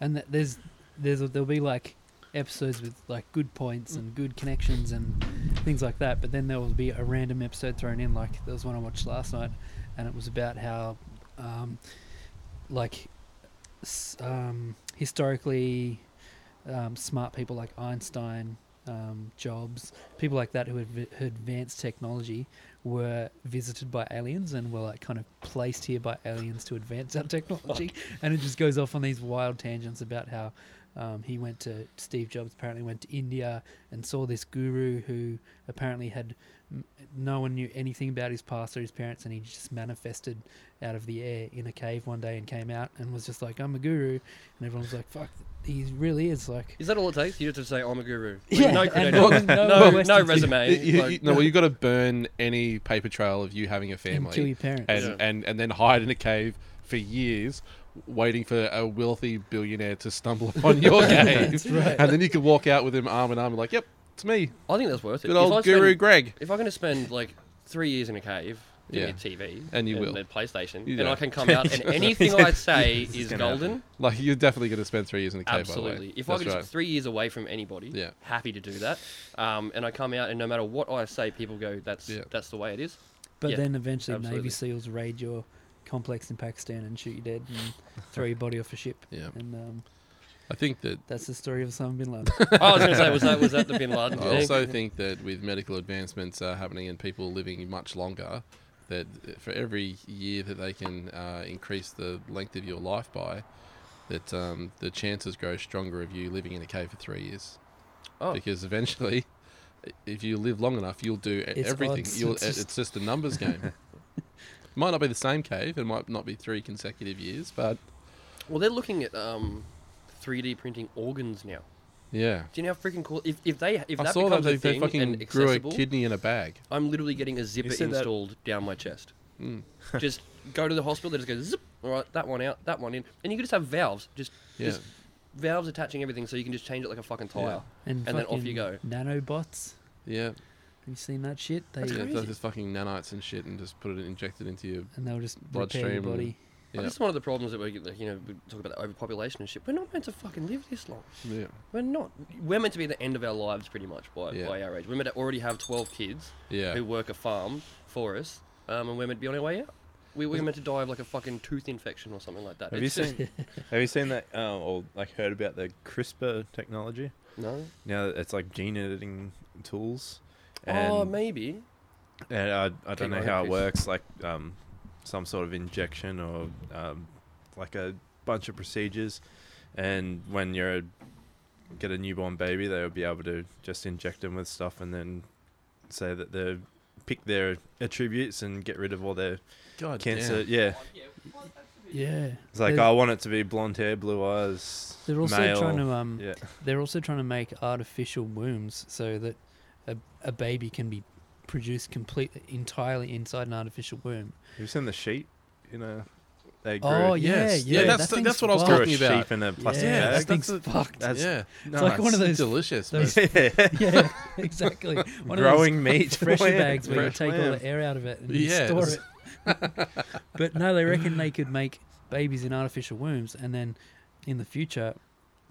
Speaker 4: and that there's there's a, there'll be like episodes with like good points and good connections and things like that. But then there will be a random episode thrown in. Like there was one I watched last night, and it was about how, um, like, s- um, historically, um, smart people like Einstein um, Jobs, people like that who had v- who advanced technology were visited by aliens and were like kind of placed here by aliens to advance our technology. and it just goes off on these wild tangents about how um, he went to Steve Jobs apparently went to India and saw this guru who apparently had m- no one knew anything about his past or his parents and he just manifested out of the air in a cave one day and came out and was just like I'm a guru and everyone was like fuck he really is like
Speaker 2: Is that all it takes? You just say, I'm a guru. Like,
Speaker 4: Yeah,
Speaker 2: no
Speaker 4: and
Speaker 2: credentials. No,
Speaker 4: no- no
Speaker 2: no,
Speaker 4: Western-
Speaker 2: resume.
Speaker 1: You- you-
Speaker 2: like,
Speaker 1: no, well, you've got to burn any paper trail of you having a
Speaker 4: and
Speaker 1: family.
Speaker 4: kill your parents
Speaker 1: and,
Speaker 2: Yeah.
Speaker 1: and and then hide in a cave for years, waiting for a wealthy billionaire to stumble upon your cave,
Speaker 4: That's right.
Speaker 1: and then you could walk out with him arm in arm, like, "Yep, it's me,
Speaker 2: I think that's worth it.
Speaker 1: good
Speaker 2: if I
Speaker 1: old Guru
Speaker 2: spend-
Speaker 1: Greg."
Speaker 2: if I'm going to spend like three years in a cave, give
Speaker 1: Yeah.
Speaker 2: me a TV
Speaker 1: And you will.
Speaker 2: a PlayStation,
Speaker 1: You
Speaker 2: and I
Speaker 1: don't.
Speaker 2: can come out and anything I say
Speaker 3: This is
Speaker 2: is
Speaker 3: gonna happen.
Speaker 2: golden.
Speaker 1: Like you're definitely going to spend three years in a cave, by the
Speaker 2: Absolutely.
Speaker 1: way.
Speaker 2: If I
Speaker 1: That's
Speaker 2: could
Speaker 1: right.
Speaker 2: just three years away from anybody,
Speaker 1: Yeah.
Speaker 2: happy to do that. Um, and I come out and no matter what I say, people go, "That's
Speaker 1: Yeah.
Speaker 2: that's the way it is."
Speaker 4: But
Speaker 2: Yeah,
Speaker 4: then eventually Navy
Speaker 2: absolutely.
Speaker 4: SEALs raid your complex in Pakistan and shoot you dead and throw your body off a ship.
Speaker 1: Yeah.
Speaker 4: And um,
Speaker 1: I think that
Speaker 4: that's the story of Osama bin Laden.
Speaker 2: Oh, I was going to say, was that was that the Bin Laden
Speaker 1: I
Speaker 2: thing?
Speaker 1: also think that with medical advancements uh, happening and people living much longer, that uh, for every year that they can uh, increase the length of your life by, that um, the chances grow stronger of you living in a cave for three years.
Speaker 2: Oh.
Speaker 1: Because eventually, i- if you live long enough, you'll do e-
Speaker 4: It's
Speaker 1: everything.
Speaker 4: odds,
Speaker 1: You'll,
Speaker 4: it's
Speaker 1: it's,
Speaker 4: just-
Speaker 1: it's just a numbers game. might not be the same cave. It might not be three consecutive years, but
Speaker 2: Well, they're looking at um, 3D printing organs now.
Speaker 1: yeah.
Speaker 2: Do you know how freaking cool? If, if they if
Speaker 1: I
Speaker 2: that
Speaker 1: saw that
Speaker 2: becomes
Speaker 1: they,
Speaker 2: a
Speaker 1: they
Speaker 2: thing
Speaker 1: fucking
Speaker 2: and
Speaker 1: grew a
Speaker 2: accessible,
Speaker 1: kidney in a bag.
Speaker 2: I'm literally getting a zipper
Speaker 3: said that- Hmm.
Speaker 2: installed down my chest.
Speaker 1: Mm.
Speaker 2: just go to the hospital. They just go zip. All right, that one out, that one in, and you can just have valves, just
Speaker 1: Yeah.
Speaker 2: Just- valves attaching everything, so you can just change it like a fucking tire.
Speaker 1: Yeah.
Speaker 4: And,
Speaker 2: And then off
Speaker 4: fucking
Speaker 2: you go.
Speaker 4: Nanobots.
Speaker 1: Yeah.
Speaker 4: Have you seen that shit? They,
Speaker 1: yeah,
Speaker 2: crazy.
Speaker 1: it's just fucking nanites and shit, and just put it injected into your.
Speaker 4: and they'll just
Speaker 1: Bloodstream
Speaker 4: repair your
Speaker 1: and-
Speaker 4: body.
Speaker 1: Yeah,
Speaker 2: This is one of the problems that we, like, you know, we talk about the overpopulation and shit. We're not meant to fucking live this long.
Speaker 1: yeah,
Speaker 2: We're not. We're meant to be at the end of our lives pretty much by,
Speaker 1: Yeah.
Speaker 2: by our age. We're meant to already have 12 kids
Speaker 1: yeah.
Speaker 2: who work a farm for us, um, and we're meant to be on our way out. We were meant to die of like a fucking tooth infection or something like that.
Speaker 3: Have you
Speaker 2: It's just-
Speaker 3: seen? have you seen that um, or like heard about the CRISPR technology?
Speaker 2: No.
Speaker 3: Now it's like gene editing tools.
Speaker 2: oh,
Speaker 3: And
Speaker 2: maybe.
Speaker 3: And I, I don't
Speaker 2: Take
Speaker 3: know
Speaker 2: my
Speaker 3: how it
Speaker 2: piece.
Speaker 3: works, like um, some sort of injection or um, like a bunch of procedures. And when you get a newborn baby, they'll be able to just inject them with stuff and then say that they pick their attributes and get rid of all their
Speaker 1: God
Speaker 3: cancer. Yeah.
Speaker 4: Yeah.
Speaker 3: It's like,
Speaker 4: They're-
Speaker 3: I want it to be blonde hair, blue eyes.
Speaker 4: They're also
Speaker 3: male.
Speaker 4: trying to um,
Speaker 3: Yeah.
Speaker 4: they're also trying to make artificial wombs so that a, a baby can be produced complete entirely inside an artificial womb.
Speaker 3: Have you seen the sheep? You know, they grew.
Speaker 4: Oh yeah,
Speaker 1: yes.
Speaker 4: yeah.
Speaker 1: Yeah, that's
Speaker 4: that
Speaker 1: the-
Speaker 4: thing's
Speaker 1: that's what I was
Speaker 4: wild.
Speaker 3: grew a
Speaker 1: talking about.
Speaker 3: sheep in a plastic
Speaker 4: Yeah,
Speaker 1: that's-
Speaker 4: that
Speaker 3: bag.
Speaker 4: thing's
Speaker 1: that's a-
Speaker 4: fucked.
Speaker 3: That's
Speaker 1: yeah,
Speaker 4: It's like one of those-
Speaker 1: delicious.
Speaker 4: those-
Speaker 1: man.
Speaker 4: yeah, exactly. One
Speaker 3: growing
Speaker 4: of those
Speaker 3: meat
Speaker 4: pressure
Speaker 3: lamb.
Speaker 4: bags where you
Speaker 3: Fresh
Speaker 4: take all
Speaker 3: lamb.
Speaker 4: the air out of it and you
Speaker 1: Yes.
Speaker 4: store it. but no, they reckon they could make babies in artificial wombs, and then in the future,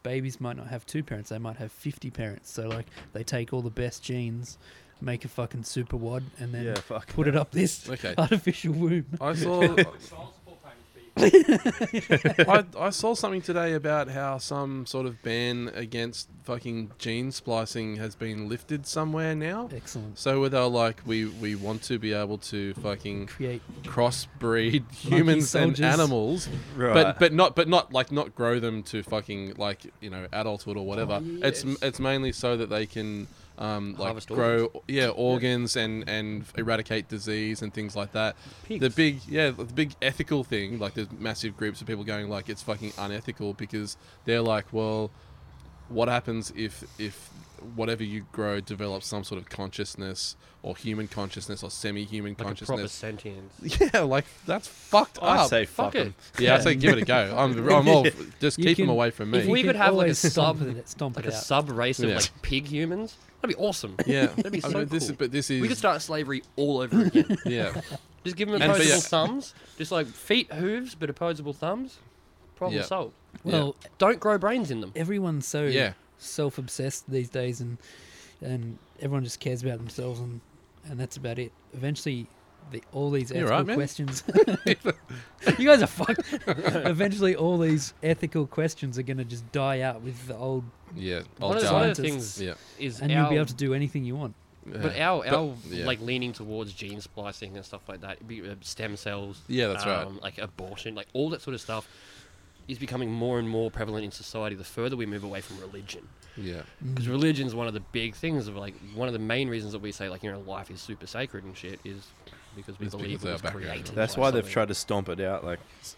Speaker 4: babies might not have two parents; they might have fifty parents. So like, they take all the best genes, make a fucking super wad, and then
Speaker 3: yeah, fuck.
Speaker 4: put it up this
Speaker 1: Okay,
Speaker 4: artificial womb.
Speaker 1: I saw. I, I saw something today about how some sort of ban against fucking gene splicing has been lifted somewhere now.
Speaker 4: Excellent.
Speaker 1: So where they're like, we we want to be able to fucking
Speaker 4: Create
Speaker 1: crossbreed humans and
Speaker 4: soldiers.
Speaker 1: animals,
Speaker 3: Right.
Speaker 1: but but not but not like not grow them to fucking like you know adulthood or whatever. It's
Speaker 2: Oh, yes.
Speaker 1: it's mainly so that they can um, like
Speaker 2: Harvest
Speaker 1: grow yeah organs and and eradicate disease and things like that. The
Speaker 2: Pigs.
Speaker 1: big yeah the big ethical thing like there's massive groups of people going like it's fucking unethical because they're like well what happens if if whatever you grow develops some sort of consciousness or human consciousness or semi-human
Speaker 2: Like a proper
Speaker 1: consciousness
Speaker 2: sentience.
Speaker 1: yeah, like that's fucked
Speaker 3: I
Speaker 1: up.
Speaker 3: say
Speaker 2: fuck
Speaker 3: fuck
Speaker 2: it.
Speaker 3: them.
Speaker 1: yeah, I say give it a go. I'm, I'm all just
Speaker 4: You
Speaker 1: keep them
Speaker 4: can-
Speaker 1: away from
Speaker 4: If
Speaker 1: me.
Speaker 4: you
Speaker 2: we
Speaker 4: can
Speaker 2: could have, like, a
Speaker 4: always stomp
Speaker 2: sub-
Speaker 4: it, stomp
Speaker 2: Like
Speaker 4: it
Speaker 2: a
Speaker 4: out.
Speaker 2: sub race of
Speaker 1: Yeah.
Speaker 2: like pig humans. That'd be awesome.
Speaker 1: yeah,
Speaker 2: That'd be
Speaker 1: I
Speaker 2: so
Speaker 1: mean, this
Speaker 2: cool.
Speaker 1: is but this is
Speaker 2: We could start slavery all over again.
Speaker 1: yeah,
Speaker 2: Just give them
Speaker 1: And- but
Speaker 2: opposable
Speaker 1: yeah.
Speaker 2: thumbs. Just like feet, hooves, but opposable thumbs. Problem
Speaker 1: Yeah.
Speaker 2: solved.
Speaker 4: well,
Speaker 2: Don't grow brains in them.
Speaker 4: everyone's so
Speaker 1: yeah.
Speaker 4: self-obsessed these days and and everyone just cares about themselves and and that's about it eventually the, all these
Speaker 1: You all
Speaker 4: ethical
Speaker 1: right, man?
Speaker 4: questions. you guys are fucked. Eventually, all these ethical questions are going to just die out with the old,
Speaker 1: Yeah. I'll
Speaker 4: One of the-
Speaker 1: tell
Speaker 4: one
Speaker 1: you.
Speaker 4: of the scientists.
Speaker 1: Yeah.
Speaker 2: is
Speaker 4: and
Speaker 2: our,
Speaker 4: you'll be able to do anything you want.
Speaker 2: but
Speaker 1: yeah.
Speaker 2: our,
Speaker 1: But-
Speaker 2: our
Speaker 1: yeah.
Speaker 2: like leaning towards gene splicing and stuff like that, be- uh, stem cells.
Speaker 1: Yeah, that's right.
Speaker 2: um, Like abortion, like all that sort of stuff is becoming more and more prevalent in society the further we move away from religion.
Speaker 1: Yeah.
Speaker 2: Because religion's one of the big things of like one of the main reasons that we say like you know life is super sacred and shit is because we
Speaker 1: It's
Speaker 2: believe
Speaker 1: because
Speaker 2: it
Speaker 1: our
Speaker 2: was
Speaker 1: background.
Speaker 2: created.
Speaker 3: That's
Speaker 2: by
Speaker 3: why they've
Speaker 2: something.
Speaker 3: tried to stomp it out like, s-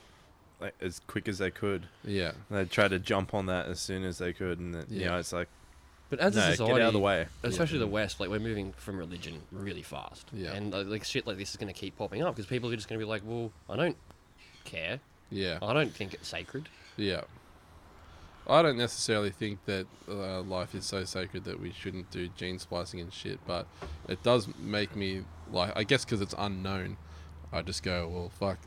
Speaker 3: like as quick as they could.
Speaker 1: Yeah.
Speaker 3: And they tried to jump on that as soon as they could, and then, you
Speaker 1: Yeah.
Speaker 3: know it's like,
Speaker 2: But as
Speaker 3: no,
Speaker 2: a society,
Speaker 3: get out of the way.
Speaker 2: especially the West, like we're moving from religion really fast.
Speaker 1: Yeah.
Speaker 2: And uh, like shit like this is going to keep popping up because people are just going to be like, well, I don't care.
Speaker 1: Yeah.
Speaker 2: I don't think it's sacred.
Speaker 1: Yeah. I don't necessarily think that uh, life is so sacred that we shouldn't do gene splicing and shit, but it does make me like. I guess because it's unknown, I just go, well, fuck.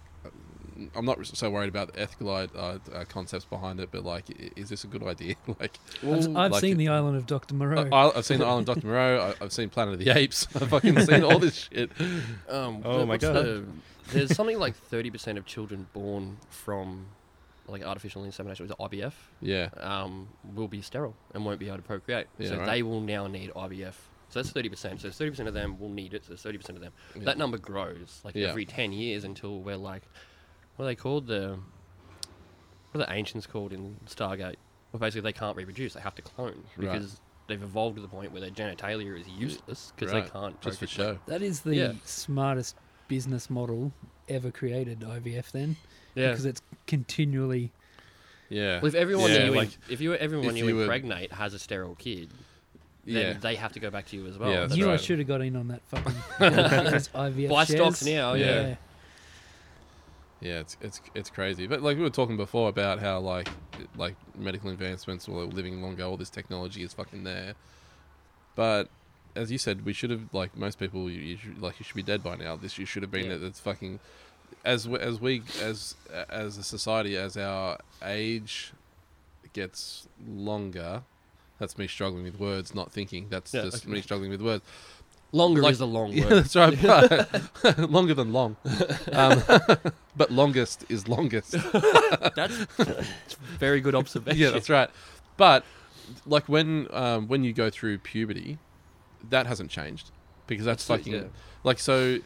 Speaker 1: I'm not so worried about the ethical uh, uh, concepts behind it, but like, i- is this a good idea? like,
Speaker 4: I've, I've
Speaker 1: like- Uh,
Speaker 4: seen the Island of Doctor Moreau.
Speaker 1: I, I've seen the Island of Dr. Moreau. I, I've seen Planet of the Apes. I've fucking seen all this shit.
Speaker 2: Um, what-
Speaker 3: Oh my
Speaker 2: what's
Speaker 3: God.
Speaker 2: the- there's something like 30% of children born from like artificial insemination, was it IBF,
Speaker 1: Yeah.
Speaker 2: um, will be sterile and won't be able to procreate.
Speaker 1: Yeah,
Speaker 2: so
Speaker 1: right.
Speaker 2: they will now need IBF. So that's 30%. So 30% of them will need it. So 30% of them.
Speaker 1: Yeah.
Speaker 2: That number grows like
Speaker 1: Yeah.
Speaker 2: every 10 years until we're like, what are they called? The, what are the ancients called in Stargate? Well, basically, they can't reproduce. They have to clone
Speaker 1: Right.
Speaker 2: because they've evolved to the point where their genitalia is useless because
Speaker 1: Right.
Speaker 2: they can't
Speaker 1: Just for
Speaker 2: procreate.
Speaker 1: show.
Speaker 4: that is the
Speaker 2: Yeah.
Speaker 4: smartest business model ever created. IVF then,
Speaker 2: Yeah.
Speaker 4: because it's continually.
Speaker 1: Yeah.
Speaker 2: Well, if everyone
Speaker 1: Yeah,
Speaker 2: you
Speaker 1: like,
Speaker 2: in, if you everyone
Speaker 1: if
Speaker 2: you,
Speaker 1: you were-
Speaker 2: impregnate has a sterile kid, then
Speaker 1: yeah.
Speaker 2: they have to go back to you as well.
Speaker 1: Yeah, That's
Speaker 4: you
Speaker 1: right.
Speaker 4: should have got in on that fucking those IVF
Speaker 2: Buy stocks
Speaker 4: shares.
Speaker 2: now,
Speaker 1: yeah. Yeah, it's it's it's crazy. But like we were talking before about how like like medical advancements or living longer, all this technology is fucking there. But as you said, we should have like most people, you, you should, like you should be dead by now. This you should have been
Speaker 2: Yeah.
Speaker 1: at it's fucking as we, as we as as a society as our age gets longer. That's me struggling with words, not thinking. That's
Speaker 2: Yeah,
Speaker 1: just
Speaker 2: okay.
Speaker 1: me struggling with words.
Speaker 2: Longer
Speaker 1: Like-
Speaker 2: is a long
Speaker 1: Yeah,
Speaker 2: word.
Speaker 1: that's right. But longer than long, um, but longest is longest.
Speaker 2: That's, that's very good observation.
Speaker 1: yeah, that's right. But like when um, when you go through puberty, that hasn't changed because that's
Speaker 2: Absolutely,
Speaker 1: fucking
Speaker 2: yeah.
Speaker 1: like so.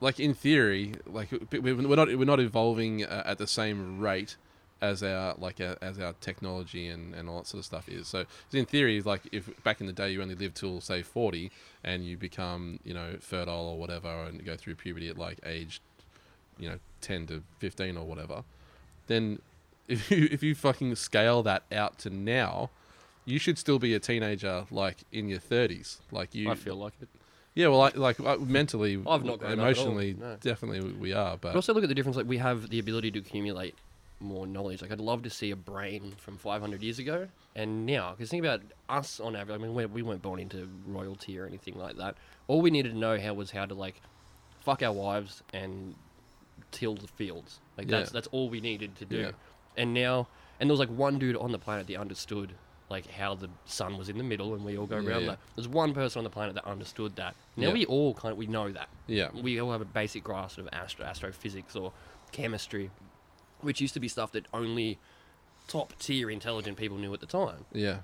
Speaker 1: Like in theory, like we- we're not we're not evolving uh, at the same rate as our like uh, as our technology and, and all that sort of stuff is. So 'cause in theory, like if back in the day you only lived till say forty and you become you know fertile or whatever and go through puberty at like age you know ten to fifteen or whatever, then if you if you fucking scale that out to now, you should still be a teenager like in your thirties. Like you,
Speaker 2: I feel like it.
Speaker 1: yeah. Well, like, like uh, mentally,
Speaker 2: I've not grown up at all,
Speaker 1: emotionally,
Speaker 2: no.
Speaker 1: definitely we are. But
Speaker 2: But also look at the difference. Like we have the ability to accumulate more knowledge. Like I'd love to see a brain from 500 years ago and now. Because think about us on average. I mean, we, we weren't born into royalty or anything like that. All we needed to know how was how to like fuck our wives and till the fields. Like
Speaker 1: Yeah.
Speaker 2: that's that's all we needed to do.
Speaker 1: Yeah.
Speaker 2: And now, and there was like one dude on the planet that understood like how the sun was in the middle and we all go
Speaker 1: Yeah,
Speaker 2: around
Speaker 1: yeah.
Speaker 2: that. There's one person on the planet that understood that. Now
Speaker 1: Yeah.
Speaker 2: we all kind of we know that
Speaker 1: yeah,
Speaker 2: we all have a basic grasp of astro- astrophysics or chemistry, which used to be stuff that only top tier intelligent people knew at the time.
Speaker 1: yeah,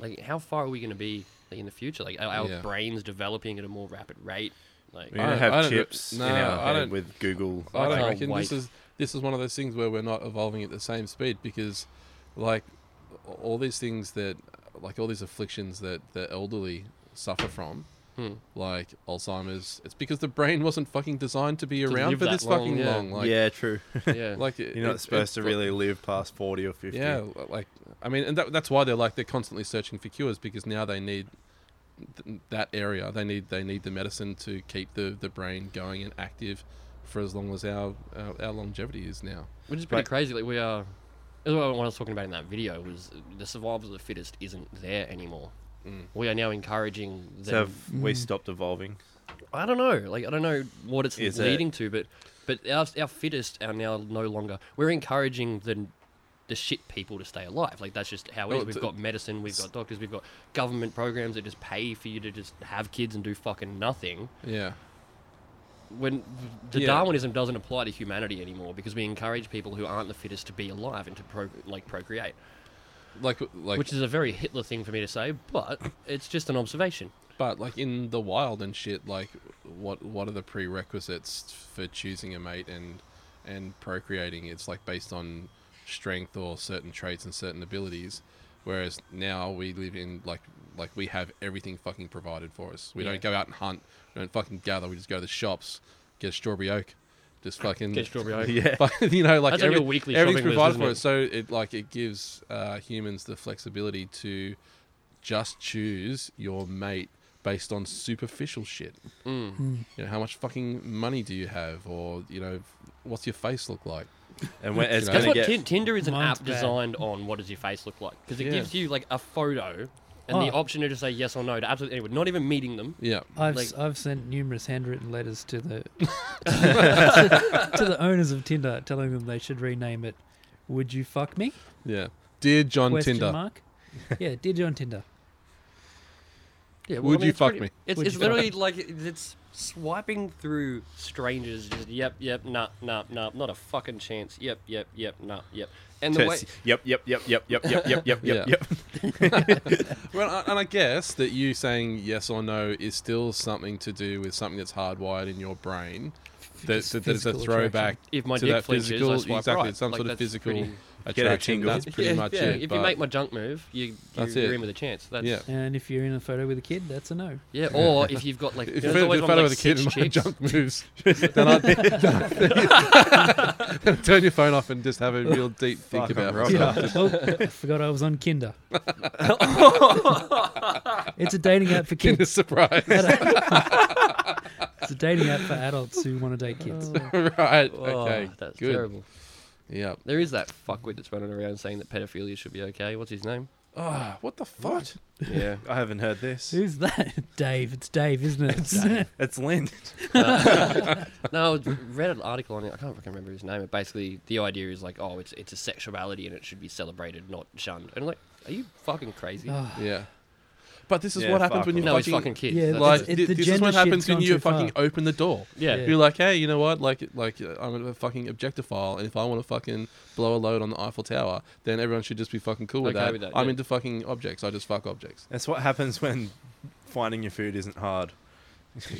Speaker 2: Like, how far are we going to be like, in the future? Like, are our
Speaker 1: Yeah.
Speaker 2: brains developing at a more rapid rate? Like,
Speaker 3: We're gonna
Speaker 1: I-
Speaker 3: have
Speaker 1: I don't re-
Speaker 3: chips
Speaker 1: no,
Speaker 3: in our
Speaker 1: I
Speaker 3: head
Speaker 1: don't-
Speaker 3: with Google.
Speaker 1: I don't
Speaker 2: can't
Speaker 1: reckon this
Speaker 2: wait.
Speaker 1: is this is one of those things where we're not evolving at the same speed because, like, all these things that, like, all these afflictions that the elderly suffer from.
Speaker 2: Hmm.
Speaker 1: Like Alzheimer's, it's because the brain wasn't fucking designed to be
Speaker 2: To
Speaker 1: around
Speaker 2: live
Speaker 1: for
Speaker 2: that
Speaker 1: this
Speaker 2: long,
Speaker 1: fucking
Speaker 2: yeah.
Speaker 1: long. Like,
Speaker 3: yeah, true.
Speaker 2: yeah.
Speaker 1: like
Speaker 3: You're not supposed to
Speaker 1: really.
Speaker 3: really live past forty or fifty.
Speaker 1: Yeah, l- like I mean, and that, that's why they're like they're constantly searching for cures because now they need th- that area. They need they need the medicine to keep the, the brain going and active for as long as our our, our longevity is now.
Speaker 2: which is pretty
Speaker 3: But-
Speaker 2: crazy. Like, we are. That's what I was talking about in that video was the survival of the fittest isn't there anymore.
Speaker 1: Mm.
Speaker 2: We are now encouraging them.
Speaker 3: So have we stopped evolving?
Speaker 2: I don't know. Like I don't know what it's
Speaker 3: Is
Speaker 2: leading to, but but our, our fittest are now no longer. We're encouraging the the shit people to stay alive. Like that's just how it
Speaker 1: Well,
Speaker 2: is. We've
Speaker 1: t-
Speaker 2: got medicine, we've got doctors, we've got government programs that just pay for you to just have kids and do fucking nothing.
Speaker 1: Yeah,
Speaker 2: when the
Speaker 1: Yeah.
Speaker 2: Darwinism doesn't apply to humanity anymore because we encourage people who aren't the fittest to be alive and to pro, like procreate,
Speaker 1: Like like
Speaker 2: which is a very Hitler thing for me to say, but it's just an observation.
Speaker 1: But like in the wild and shit, like what what are the prerequisites for choosing a mate and and procreating? It's like based on strength or certain traits and certain abilities. Whereas now we live in like like we have everything fucking provided for us. We
Speaker 2: Yeah.
Speaker 1: don't go out and hunt. We don't fucking gather. We just go to the shops, get a strawberry oak, just fucking
Speaker 2: Get strawberry oak.
Speaker 3: Yeah.
Speaker 1: But you know, like
Speaker 2: That's on your
Speaker 1: every-
Speaker 2: weekly
Speaker 1: everything's
Speaker 2: shopping
Speaker 1: provided
Speaker 2: list,
Speaker 1: for
Speaker 2: isn't
Speaker 1: us. So it like it gives uh, humans the flexibility to just choose your mate based on superficial shit.
Speaker 2: Mm.
Speaker 4: Hmm.
Speaker 1: You know, how much fucking money do you have, or you know, what's your face look like?
Speaker 3: And when
Speaker 1: That's
Speaker 3: it's
Speaker 2: That's
Speaker 3: gonna
Speaker 2: what
Speaker 3: get
Speaker 2: Tin- Tinder is an
Speaker 4: Mine's
Speaker 2: app
Speaker 4: bad.
Speaker 2: designed on what does your face look like because it
Speaker 1: Yeah.
Speaker 2: gives you like a photo and the
Speaker 4: Oh.
Speaker 2: option to just say yes or no to absolutely anyone, not even meeting them.
Speaker 1: Yeah,
Speaker 4: I've
Speaker 2: Like-
Speaker 4: s have sent numerous handwritten letters to the to the owners of Tinder, telling them they should rename it. Would you fuck me?
Speaker 1: yeah. Dear John
Speaker 4: Question
Speaker 1: Tinder,
Speaker 4: mark. Yeah, did you on Tinder?
Speaker 2: Yeah,
Speaker 1: Would you
Speaker 2: it's
Speaker 1: fuck
Speaker 2: pretty-
Speaker 1: me?
Speaker 2: It's,
Speaker 4: Would
Speaker 2: it's
Speaker 4: you fuck
Speaker 2: literally like it's swiping through strangers. Just yep, yep, nah, nah, nah, not a fucking chance. Yep, yep, yep, nah, yep. And the way
Speaker 3: test. Yep, yep, yep, yep, yep, yep, yep, yep,
Speaker 1: Yeah.
Speaker 3: yep, yep.
Speaker 1: well, I- and I guess that you saying yes or no is still something to do with something that's hardwired in your brain. That, that, that is a
Speaker 4: Physical
Speaker 1: throwback
Speaker 2: if my
Speaker 1: to
Speaker 2: dick
Speaker 1: that
Speaker 2: flinches,
Speaker 1: physical,
Speaker 2: I swipe
Speaker 1: exactly,
Speaker 2: right.
Speaker 1: some
Speaker 2: Like,
Speaker 1: sort of
Speaker 2: that's
Speaker 1: physical
Speaker 2: pretty-
Speaker 3: Get a
Speaker 1: attraction.
Speaker 3: tingle.
Speaker 1: That's pretty
Speaker 2: Yeah,
Speaker 1: much
Speaker 2: yeah,
Speaker 1: it.
Speaker 2: If
Speaker 1: but-
Speaker 2: you make my junk move, you, you
Speaker 1: That's
Speaker 2: you're
Speaker 1: it.
Speaker 2: in with a chance. That's
Speaker 1: yeah.
Speaker 2: yeah.
Speaker 4: And if you're in a photo with a kid, that's a no.
Speaker 2: Yeah, or if you've got like
Speaker 1: If
Speaker 2: there's
Speaker 1: you're
Speaker 2: always
Speaker 1: the
Speaker 2: one
Speaker 1: fellow
Speaker 2: like
Speaker 1: with a kid and
Speaker 2: six
Speaker 1: my
Speaker 2: chicks.
Speaker 1: junk moves, then I turn your phone off and just have a real deep think
Speaker 3: Fuck,
Speaker 1: about
Speaker 3: I'm
Speaker 1: myself.
Speaker 3: Yeah.
Speaker 4: Oh, I forgot I was on Kinder. it's a dating app for
Speaker 1: Kind of
Speaker 4: kids.
Speaker 1: surprise,
Speaker 4: It's a dating app for adults who want to date kids.
Speaker 1: right?
Speaker 2: Oh,
Speaker 1: okay,
Speaker 2: that's
Speaker 1: good.
Speaker 2: terrible.
Speaker 1: Yeah.
Speaker 2: There is that fuckwit that's running around saying that pedophilia should be okay. What's his name?
Speaker 1: Ah, what the fuck?
Speaker 2: Yeah.
Speaker 3: I haven't heard this.
Speaker 4: Who's that? Dave. It's Dave, isn't it?
Speaker 3: It's Lynn.
Speaker 2: Uh, no, I read an article on it. I can't fucking remember his name. But basically, the idea is like, oh, it's it's a sexuality and it should be celebrated, not shunned. And I'm like, are you fucking crazy?
Speaker 4: Ah.
Speaker 1: Yeah. But this is
Speaker 3: Yeah,
Speaker 1: what happens
Speaker 3: fuck
Speaker 1: when you
Speaker 2: no, it's
Speaker 1: fucking,
Speaker 2: fucking kids.
Speaker 4: Yeah,
Speaker 2: That's-
Speaker 1: like
Speaker 4: It's- it-
Speaker 1: thi-
Speaker 4: the
Speaker 1: this is
Speaker 4: gender
Speaker 1: what
Speaker 4: shit's
Speaker 1: happens when
Speaker 4: gone
Speaker 1: you
Speaker 4: too
Speaker 1: fucking open the door.
Speaker 2: yeah.
Speaker 4: Yeah.
Speaker 1: You're like, hey, you know what? Like, like uh, I'm a fucking objectophile, and if I want to fucking blow a load on the Eiffel Tower, then everyone should just be fucking cool with,
Speaker 2: Okay
Speaker 1: that.
Speaker 2: with that,
Speaker 1: I'm
Speaker 2: yeah.
Speaker 1: into fucking objects. I just fuck objects.
Speaker 3: That's what happens when finding your food isn't hard.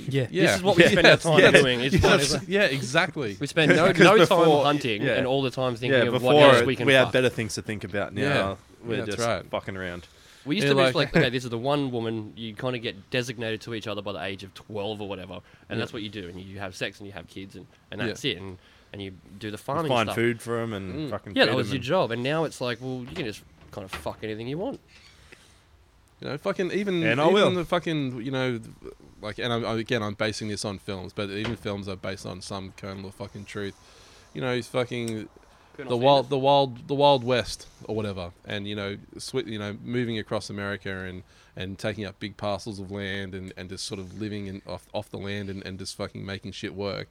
Speaker 4: Yeah.
Speaker 1: Yeah.
Speaker 2: This is what we spend our time
Speaker 3: yeah,
Speaker 2: doing. It's fun,
Speaker 1: Yes,
Speaker 2: isn't it?
Speaker 1: yeah, exactly.
Speaker 2: We spend no,
Speaker 3: 'Cause
Speaker 2: no
Speaker 3: before-
Speaker 2: time hunting
Speaker 3: yeah.
Speaker 2: and all the time thinking
Speaker 3: Yeah,
Speaker 2: of what else
Speaker 3: before
Speaker 2: we can
Speaker 3: we had
Speaker 2: fuck.
Speaker 3: better things to think about now.
Speaker 1: Yeah.
Speaker 3: We're
Speaker 1: That's
Speaker 3: just
Speaker 1: right.
Speaker 3: fucking around.
Speaker 2: We used
Speaker 1: Yeah,
Speaker 2: to be
Speaker 1: like-
Speaker 2: just like, okay, this is the one woman you kind of get designated to each other by the age of 12 or whatever, and
Speaker 1: Yeah.
Speaker 2: that's what you do, and you have sex and you have kids, and, and
Speaker 1: Yeah.
Speaker 2: that's it, and, and you do the
Speaker 3: Find
Speaker 2: farming stuff.
Speaker 3: food for them and
Speaker 1: Mm.
Speaker 3: fucking
Speaker 2: Yeah,
Speaker 3: feed
Speaker 2: that was
Speaker 3: 'em
Speaker 2: your
Speaker 3: and-
Speaker 2: job, and now it's like, well, you can just kind of fuck anything you want.
Speaker 1: You know, fucking even
Speaker 3: And I
Speaker 1: even
Speaker 3: will.
Speaker 1: the fucking you know, th- like and I'm, I'm- again I'm basing this on films, but even films are based on some kernel of fucking truth. You know, it's fucking the wild, the wild, the wild west or whatever, and you know, swi you know, moving across America and and taking up big parcels of land and and just sort of living in, off off the land and and just fucking making shit work.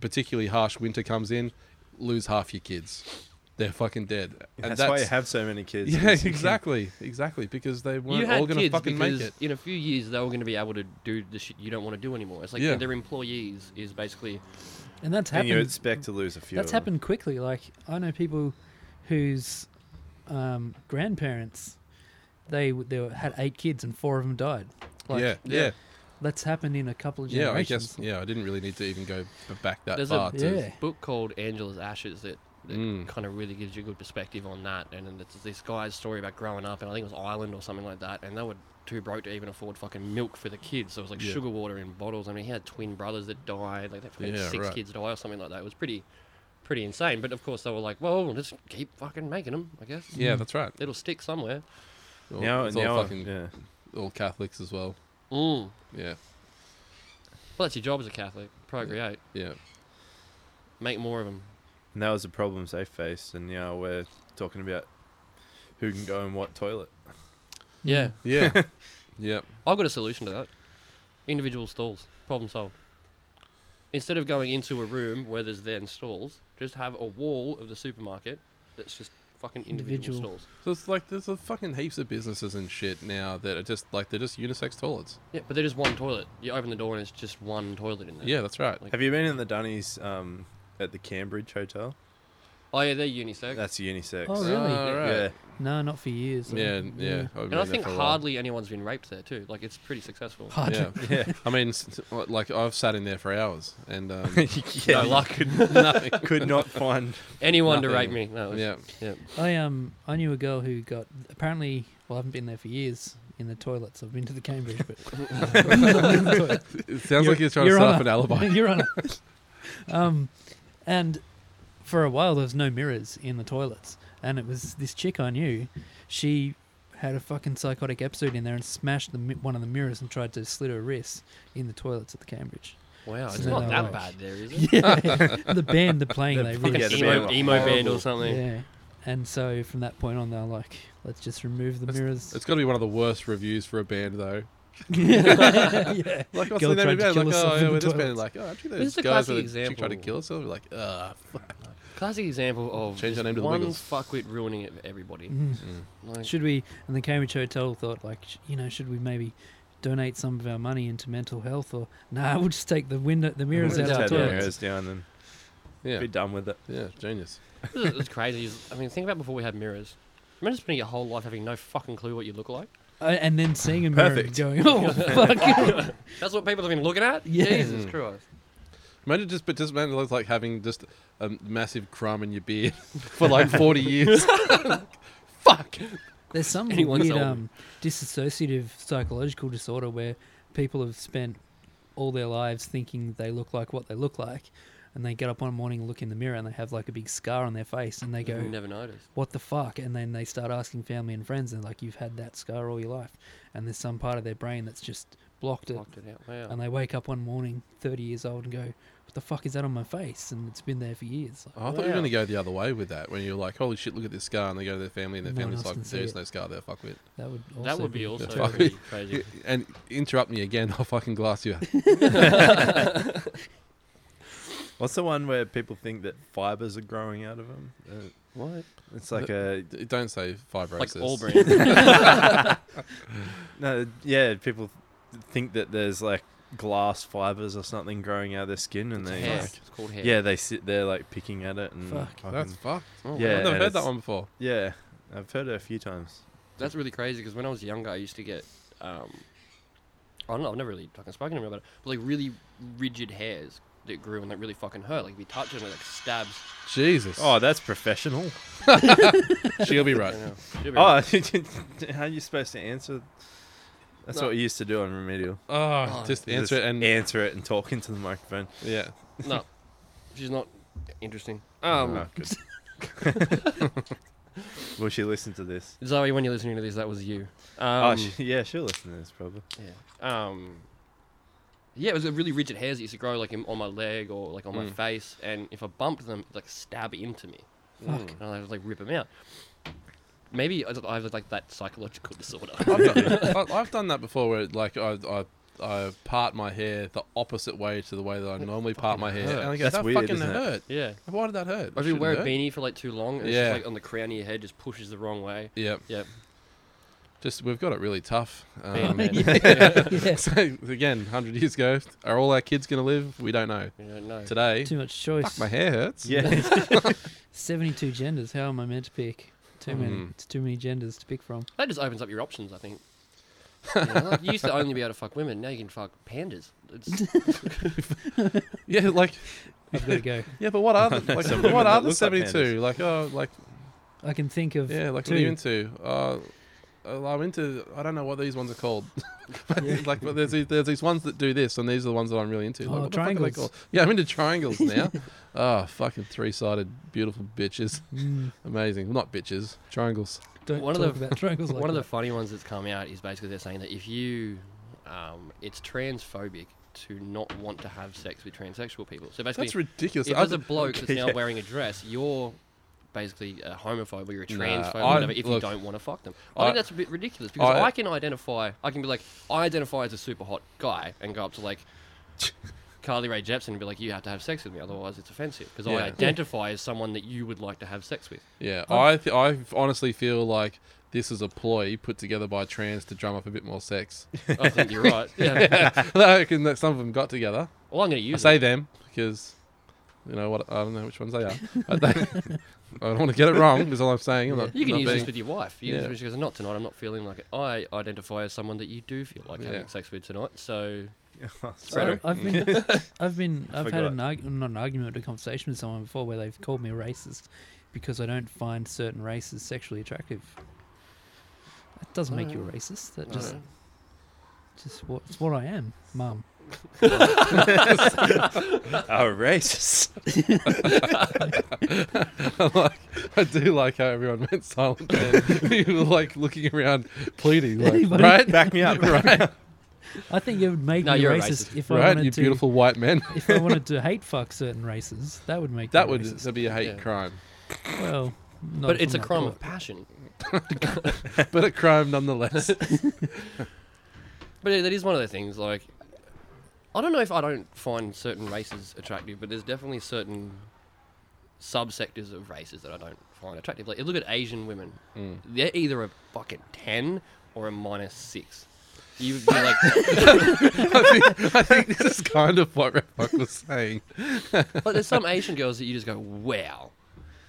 Speaker 1: Particularly harsh winter comes in, lose half your kids. They're fucking dead. And
Speaker 3: That's, why you have so many kids.
Speaker 1: yeah,
Speaker 3: is you can-
Speaker 1: exactly, exactly, because they
Speaker 2: You
Speaker 1: weren't
Speaker 2: had
Speaker 1: all going to
Speaker 2: kids
Speaker 1: fucking make
Speaker 2: because
Speaker 1: it.
Speaker 2: in a few years they were going to be able to do the shit you don't want to do anymore. It's like
Speaker 1: Yeah.
Speaker 2: their employees is basically
Speaker 4: And that's
Speaker 3: And you
Speaker 4: happened.
Speaker 3: expect to lose a few.
Speaker 4: That's
Speaker 3: of 'em.
Speaker 4: happened quickly. Like I know people whose um, grandparents they w- they were- had eight kids and four of them died. Like,
Speaker 1: yeah, yeah,
Speaker 4: That's happened in a couple of
Speaker 1: yeah. I
Speaker 4: generations.
Speaker 1: guess yeah. I didn't really need to even go b- back that
Speaker 2: There's a-
Speaker 1: far. to,
Speaker 4: yeah.
Speaker 2: book called Angela's Ashes that, that
Speaker 1: Mm.
Speaker 2: kind of really gives you a good perspective on that. And then it's this guy's story about growing up, and I think it was Ireland or something like that. And they were too broke to even afford fucking milk for the kids, so it was like
Speaker 1: Yeah.
Speaker 2: sugar water in bottles. I mean, he had twin brothers that died, like they fucking
Speaker 1: Yeah,
Speaker 2: six
Speaker 1: right.
Speaker 2: kids die or something like that. It was pretty, pretty insane. But of course, they were like, well, we'll just keep fucking making them, I guess.
Speaker 1: yeah, that's right.
Speaker 2: It'll stick somewhere.
Speaker 1: All-
Speaker 3: Now,
Speaker 1: it's
Speaker 3: now,
Speaker 1: all
Speaker 3: I-
Speaker 1: fucking
Speaker 3: yeah.
Speaker 1: all Catholics as well.
Speaker 2: Mm. Well,
Speaker 1: Yeah,
Speaker 2: that's your job as a Catholic. Procreate,
Speaker 1: yeah.
Speaker 2: make more of them.
Speaker 3: And that was the problems they faced, and now we're talking about who can go in what toilet.
Speaker 2: Yeah,
Speaker 1: Yeah. yep.
Speaker 2: I've got a solution to that. Individual stalls. Problem solved. Instead of going into a room where there's then stalls, just have a wall of the supermarket that's just fucking individual,
Speaker 4: Individual.
Speaker 2: stalls.
Speaker 1: So it's like there's a fucking heaps of businesses and shit now that are just like they're just unisex toilets.
Speaker 2: Yeah, but they're just one toilet. You open the door and it's just one toilet in there.
Speaker 1: Yeah, that's right.
Speaker 2: Like-
Speaker 3: Have you been in the Dunnies um, at the Cambridge Hotel?
Speaker 2: Oh yeah, they're unisex.
Speaker 3: That's unisex.
Speaker 4: Oh, really?
Speaker 1: Ah, right.
Speaker 3: Yeah.
Speaker 4: No, not for years. I
Speaker 1: Yeah,
Speaker 4: mean,
Speaker 1: yeah. I've been
Speaker 2: and I
Speaker 1: there
Speaker 2: think
Speaker 1: for a while.
Speaker 2: hardly anyone's been raped there too. Like it's pretty successful.
Speaker 4: Hard to-
Speaker 1: Yeah,
Speaker 3: Yeah.
Speaker 1: I mean, s- like I've sat in there for hours and um,
Speaker 3: yeah.
Speaker 2: no luck.
Speaker 1: nothing.
Speaker 3: Could not find.
Speaker 2: Anyone to rape
Speaker 1: Nothing.
Speaker 2: me? No. it was-
Speaker 1: Yeah.
Speaker 2: yeah.
Speaker 4: I um I knew a girl who got apparently well I haven't been there for years in the toilets. I've been to the Cambridge, but
Speaker 1: It sounds like you're trying
Speaker 4: Your
Speaker 1: to set
Speaker 4: Honor.
Speaker 1: up an alibi.
Speaker 4: Your Honor. Um, and for a while there was no mirrors in the toilets, and it was this chick I knew. She had a fucking psychotic episode in there and smashed the, mi- one of the mirrors and tried to slit her wrists in the toilets at the Cambridge.
Speaker 2: Wow, it's
Speaker 4: So
Speaker 2: not
Speaker 4: they're
Speaker 2: that
Speaker 4: like-
Speaker 2: bad there, is it?
Speaker 4: Yeah, the band they're playing,
Speaker 3: The
Speaker 4: they
Speaker 3: fucking
Speaker 4: really
Speaker 3: Yeah, the
Speaker 2: emo,
Speaker 3: band were
Speaker 2: emo band or
Speaker 3: horrible.
Speaker 2: something.
Speaker 4: Yeah. And so from that point on, they're like, let's just remove the mirrors.
Speaker 1: It's got to be one of the worst reviews for a band though.
Speaker 4: yeah.
Speaker 1: Like what's
Speaker 4: Girl
Speaker 1: the name of the
Speaker 4: tried
Speaker 1: band?
Speaker 4: to kill
Speaker 1: Like
Speaker 4: herself
Speaker 1: oh,
Speaker 4: in
Speaker 1: yeah,
Speaker 4: the
Speaker 1: we're this band.
Speaker 4: toilets.
Speaker 1: Like oh, actually,
Speaker 2: This
Speaker 1: those
Speaker 2: is a
Speaker 1: guys
Speaker 2: classic
Speaker 1: with a chick tried to
Speaker 2: example.
Speaker 1: kill herself. We're like ugh. fuck.
Speaker 2: Classic example of
Speaker 1: Change
Speaker 2: just
Speaker 1: the name to The
Speaker 2: one
Speaker 1: Wiggles.
Speaker 2: fuckwit ruining it for everybody.
Speaker 4: Mm.
Speaker 2: Like,
Speaker 4: Should we? And the Cambridge Hotel thought, like, sh- you know, should we maybe donate some of our money into mental health? Or nah, we'll just take the window, the mirrors
Speaker 3: Just
Speaker 4: out
Speaker 3: had
Speaker 4: of
Speaker 3: the
Speaker 4: the toilets.
Speaker 3: mirrors down and
Speaker 1: Yeah,
Speaker 3: be done with it.
Speaker 1: yeah, genius.
Speaker 2: It's it's crazy. I mean, think about before we had mirrors. Remember spending your whole life having no fucking clue what you look like?
Speaker 4: Uh, and then seeing a mirror and
Speaker 3: Perfect.
Speaker 4: going, oh fuck.
Speaker 2: That's what people have been looking at?
Speaker 4: Yeah.
Speaker 2: Jesus
Speaker 1: Mm.
Speaker 2: Christ.
Speaker 1: Imagine just, but just imagine it's like having just a massive crumb in your beard for like 40 years.
Speaker 2: Fuck!
Speaker 4: There's some
Speaker 2: Anyone's
Speaker 4: weird
Speaker 2: old.
Speaker 4: um, dissociative psychological disorder where people have spent all their lives thinking they look like what they look like, and they get up one morning, look in the mirror, and they have like a big scar on their face, and they go,
Speaker 2: Never noticed.
Speaker 4: what the fuck? And then they start asking family and friends, and like, you've had that scar all your life. And there's some part of their brain that's just blocked it.
Speaker 2: Blocked it out. Wow.
Speaker 4: And they wake up one morning, 30 years old, and go, what the fuck is that on my face? And it's been there for years. Like,
Speaker 1: I thought you were
Speaker 2: Wow.
Speaker 1: going to go the other way with that when you're like, holy shit, look at this scar. And they go to their family and their
Speaker 4: No one
Speaker 1: family's
Speaker 4: else
Speaker 1: like,
Speaker 4: can see
Speaker 1: there's
Speaker 4: it.
Speaker 1: no scar there, fuck with.
Speaker 4: that would also
Speaker 2: that would be also
Speaker 1: Fuck.
Speaker 2: pretty crazy.
Speaker 1: And interrupt me again, I'll fucking glass you.
Speaker 3: What's the one where people think that fibers are growing out of them? Uh,
Speaker 1: What?
Speaker 3: it's like a
Speaker 1: Don't say fibrosis.
Speaker 2: Like all brands.
Speaker 3: no, yeah. People think that there's like glass fibers or something growing out of their skin, and they
Speaker 2: hair.
Speaker 3: like,
Speaker 2: It's called hair.
Speaker 3: yeah, they sit there like picking at it and
Speaker 4: Fuck.
Speaker 3: fucking-
Speaker 1: That's fucked.
Speaker 2: Oh,
Speaker 3: Yeah.
Speaker 1: I've never
Speaker 3: and
Speaker 1: heard that
Speaker 3: it's-
Speaker 1: one before.
Speaker 3: yeah. I've heard it a few times.
Speaker 2: That's really crazy because when I was younger, I used to get, um, I don't know, I've never really fucking spoken to him about it, but like really rigid hairs that grew and that really fucking hurt. Like if you touch it, it like stabs.
Speaker 1: Jesus.
Speaker 3: Oh, that's professional.
Speaker 1: she'll be right.
Speaker 2: You know. It'll be
Speaker 3: Oh, how are you supposed to answer? That's
Speaker 2: No.
Speaker 3: what we used to do on remedial.
Speaker 1: Oh, just
Speaker 3: You
Speaker 1: answer
Speaker 3: just
Speaker 1: it and.
Speaker 3: answer it and talk into the microphone.
Speaker 1: Yeah.
Speaker 2: right. No, she's not interesting. Um,
Speaker 3: Ah, good. Will she listen to this?
Speaker 2: Zoe, when you're listening to this, that was you. Um,
Speaker 3: oh, she, yeah, she'll listen to this probably.
Speaker 2: yeah. Um, yeah, it was a really rigid hairs that used to grow like in- on my leg or like on my
Speaker 1: Mm.
Speaker 2: face, and if I bumped them, it'd, like stab into me,
Speaker 4: Fuck.
Speaker 2: and I would like rip them out. Maybe I I have like that psychological disorder.
Speaker 1: I've done, I- I've done that before where like I, I I part my hair the opposite way to the way that I normally part my hair.
Speaker 2: hurt.
Speaker 1: And I go,
Speaker 3: That's
Speaker 1: that
Speaker 3: weird,
Speaker 1: fucking
Speaker 3: isn't it?"
Speaker 1: hurt.
Speaker 2: yeah.
Speaker 1: Why did that hurt?
Speaker 2: Or if
Speaker 1: It
Speaker 2: you
Speaker 1: shouldn't
Speaker 2: wear a
Speaker 1: hurt.
Speaker 2: beanie for like too long, and it's
Speaker 1: Yeah.
Speaker 2: just like on the crown of your head just pushes the wrong way.
Speaker 1: Yeah,
Speaker 2: Yeah.
Speaker 1: just we've got it really tough.
Speaker 2: Bam,
Speaker 1: Um,
Speaker 2: man.
Speaker 4: Yeah.
Speaker 1: so again, hundred years ago, are all our kids gonna live? We don't know.
Speaker 2: You don't know.
Speaker 1: Today,
Speaker 4: Too much choice.
Speaker 1: fuck, my hair hurts.
Speaker 3: Yeah.
Speaker 4: 72 genders. How am I meant to pick? Too many.
Speaker 1: Mm.
Speaker 4: It's too many genders to pick from.
Speaker 2: That just opens up your options, I think. You, know, like, you used to only be able to fuck women. Now you can fuck pandas. It's,
Speaker 1: yeah. Like,
Speaker 4: I've got to go.
Speaker 1: yeah, but what are the, like,
Speaker 3: Some women
Speaker 1: what are
Speaker 3: that
Speaker 1: the
Speaker 3: look like
Speaker 1: seventy two? Like, oh, like,
Speaker 4: I can think of
Speaker 1: yeah, like,
Speaker 4: two.
Speaker 1: what are you into? Uh, uh, I'm into. I don't know what these ones are called.
Speaker 4: Yeah.
Speaker 1: like, but there's these, there's these ones that do this, and these are the ones that I'm really into. Like,
Speaker 4: Oh,
Speaker 1: what the fuck are they
Speaker 4: triangles.
Speaker 1: called? Yeah, I'm into triangles now. oh, fucking three sided, beautiful bitches.
Speaker 4: Mm,
Speaker 1: Amazing. Not bitches, triangles.
Speaker 4: don't
Speaker 2: One of
Speaker 4: talk
Speaker 2: the-
Speaker 4: about triangles like
Speaker 2: one of the
Speaker 4: that.
Speaker 2: funny ones that's come out is basically they're saying that if you, um, it's transphobic to not want to have sex with transsexual people. So basically,
Speaker 1: That's ridiculous.
Speaker 2: if
Speaker 1: I-
Speaker 2: there's a bloke that's now
Speaker 3: yeah.
Speaker 2: wearing a dress, you're basically a homophobe or you're a
Speaker 1: Nah,
Speaker 2: transphobe or
Speaker 1: I-
Speaker 2: whatever if you
Speaker 1: look,
Speaker 2: don't want to fuck them. I, think
Speaker 1: I-
Speaker 2: that's a bit ridiculous because I,
Speaker 1: I-
Speaker 2: can identify, I can be like, I identify as a super hot guy and go up to like Carly Rae Jepsen and be like, "You have to have sex with me, otherwise it's offensive." Because
Speaker 1: Yeah.
Speaker 2: I identify as someone that you would like to have sex with.
Speaker 1: Yeah, I th- I honestly feel like this is a ploy put together by trans to drum up a bit more sex.
Speaker 2: I think you're right. Yeah.
Speaker 1: And I reckon that some of them got together.
Speaker 2: Well, I'm going to
Speaker 1: I
Speaker 2: use
Speaker 1: say
Speaker 2: it.
Speaker 1: them because you know what I don't know which ones they are. But they, I don't want to get it wrong. Is all I'm saying. I'm not,
Speaker 2: You can
Speaker 1: not
Speaker 2: use
Speaker 1: being,
Speaker 2: this with your wife. You
Speaker 1: Yeah.
Speaker 2: yeah. She goes, "Not tonight. I'm not feeling like it. I identify as someone that you do feel like
Speaker 1: Yeah.
Speaker 2: having sex with tonight." So
Speaker 3: Oh,
Speaker 1: Sorry.
Speaker 4: I've been, I've been, I've
Speaker 3: forgot.
Speaker 4: had an argu- not an argument, but a conversation with someone before where they've called me a racist because I don't find certain races sexually attractive. That doesn't make you a racist. That just,
Speaker 2: No.
Speaker 4: just what it's what I am, mum.
Speaker 3: Oh, racist.
Speaker 1: I do like how everyone went silent. Then. People were like looking around, pleading, like,
Speaker 4: Anybody?
Speaker 1: right,
Speaker 3: Back me up.
Speaker 1: right,
Speaker 4: I think it would make
Speaker 2: No,
Speaker 4: me
Speaker 2: you're a
Speaker 4: racist, if I
Speaker 1: right.
Speaker 4: wanted
Speaker 1: You
Speaker 4: to.
Speaker 1: beautiful white men.
Speaker 4: If I wanted to hate fuck certain races, that would make
Speaker 1: That
Speaker 4: me
Speaker 1: would
Speaker 4: racist.
Speaker 1: that'd be a hate
Speaker 2: Yeah.
Speaker 1: crime,
Speaker 4: well, not
Speaker 2: but
Speaker 4: if
Speaker 2: it's a
Speaker 4: I'm not
Speaker 2: crime
Speaker 4: caught.
Speaker 2: of passion.
Speaker 1: but a crime nonetheless.
Speaker 2: But yeah, that is one of the things. Like, I don't know if I don't find certain races attractive, but there's definitely certain subsectors of races that I don't find attractive. Like, look at Asian women;
Speaker 1: Mm.
Speaker 2: they're either a fucking ten or a minus six. You would be like,
Speaker 1: I think this is kind of what Redfuck was saying.
Speaker 2: but there's some Asian girls that you just go, wow.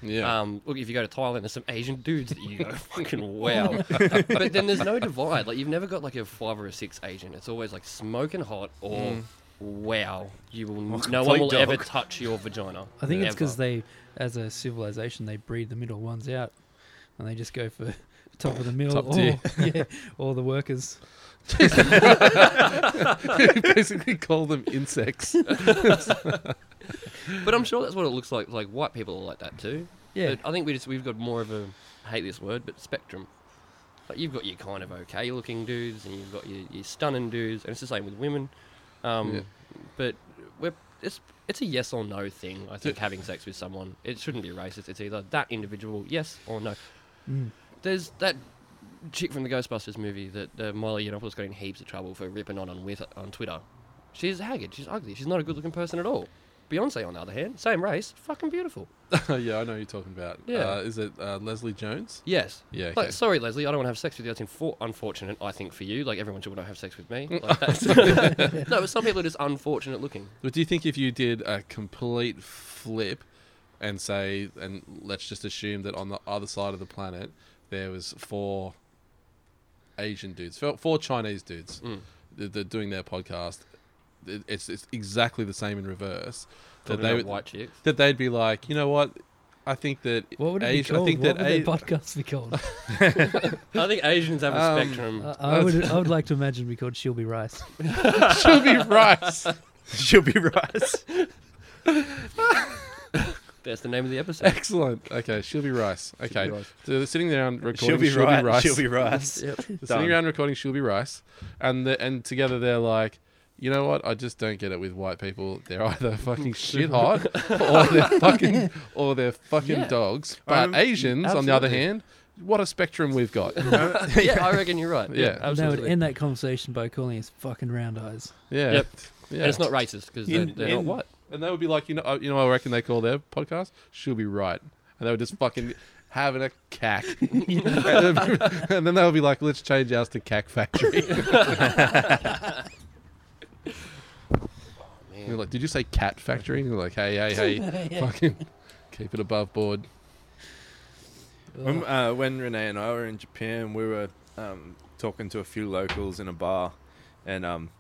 Speaker 1: Yeah.
Speaker 2: Um, look, if you go to Thailand, there's some Asian dudes that you go, fucking wow. but then there's no divide. Like, you've never got like a five or a six Asian. It's always like smoking hot or wow. You will, no one
Speaker 3: Mm. complete
Speaker 2: will ever
Speaker 3: dog.
Speaker 2: touch your vagina.
Speaker 4: I think it's
Speaker 2: Ever.
Speaker 4: because they, as a civilization, they breed the middle ones out, and they just go for top of the mill
Speaker 1: Top
Speaker 4: or
Speaker 1: tier.
Speaker 4: yeah, or the workers.
Speaker 1: basically call them insects.
Speaker 2: But I'm sure that's what it looks like. Like white people are like that too.
Speaker 4: Yeah,
Speaker 2: But I think we just we've got more of a I hate this word, but spectrum. Like you've got your kind of okay looking dudes, and you've got your, your stunning dudes, and it's the same with women. Um,
Speaker 1: Yeah.
Speaker 2: But we're it's it's a yes or no thing. I think having sex with someone it shouldn't be racist. It's either that individual yes or no.
Speaker 4: Mm.
Speaker 2: There's that chick from the Ghostbusters movie that uh, Miley Yiannopoulos got in heaps of trouble for ripping on on, with, on Twitter. She's haggard. She's ugly. She's not a good looking person at all. Beyonce, on the other hand, same race, fucking beautiful.
Speaker 1: yeah, I know who you're talking about.
Speaker 2: Yeah.
Speaker 1: Uh, is it uh, Leslie Jones?
Speaker 2: Yes.
Speaker 1: Yeah. Okay.
Speaker 2: Like, sorry, Leslie, I don't want to have sex with you. That's infor- unfortunate, I think, for you. Like, everyone should want to have sex with
Speaker 1: Mm.
Speaker 2: me. Like, that's no, but some people are just unfortunate looking.
Speaker 1: But do you think if you did a complete flip and say, and let's just assume that on the other side of the planet there was four Asian dudes, four- four Chinese dudes,
Speaker 2: Mm.
Speaker 1: that they're doing their podcast. it- It's, it's exactly the same in reverse. That
Speaker 2: Talking
Speaker 1: they
Speaker 2: about
Speaker 1: would,
Speaker 2: white chicks.
Speaker 1: that they'd be like, you know what? I think that
Speaker 4: what would it be
Speaker 1: Asian-
Speaker 4: called?
Speaker 1: I think
Speaker 4: what
Speaker 1: that
Speaker 4: would their
Speaker 1: A-
Speaker 4: podcast be called?
Speaker 2: I think Asians have a
Speaker 1: Um,
Speaker 2: spectrum.
Speaker 4: I, I would, I would like to imagine it be called She'll Be Rice.
Speaker 1: should be rice.
Speaker 3: She'll be right.
Speaker 2: That's the name of the episode.
Speaker 1: Excellent. Okay, she'll be rice. Okay,
Speaker 2: rice.
Speaker 1: so they're sitting down recording.
Speaker 3: She'll be
Speaker 1: rice.
Speaker 3: right. She'll be right.
Speaker 2: Yep.
Speaker 1: They're sitting
Speaker 3: Done.
Speaker 1: around recording. She'll be rice, and the, and together they're like, you know what? I just don't get it with white people. They're either fucking shit hot, or they're fucking, or they're fucking
Speaker 2: Yeah.
Speaker 1: dogs.
Speaker 3: I
Speaker 1: But
Speaker 3: rem-
Speaker 1: Asians, on the other
Speaker 3: absolutely.
Speaker 1: hand, what a spectrum we've got.
Speaker 2: yeah, I reckon you're right.
Speaker 1: Yeah.
Speaker 4: And they would
Speaker 2: absolutely.
Speaker 4: end that conversation by calling us fucking round eyes.
Speaker 1: Yeah.
Speaker 2: Yep.
Speaker 1: Yeah.
Speaker 2: And it's not racist because they're,
Speaker 3: In-
Speaker 2: they're
Speaker 3: in-
Speaker 2: not white.
Speaker 1: And they would be like, you know, uh, you know, what I reckon they call their podcast. She'll be right, and they would just fucking having a cack, and then they would be like, let's change ours to Cack Factory. And you're like, did you say Cat Factory? And you're like, hey, hey, hey, fucking keep it above board.
Speaker 3: When, uh, when Renee and I were in Japan, we were um, talking to a few locals in a bar, and um,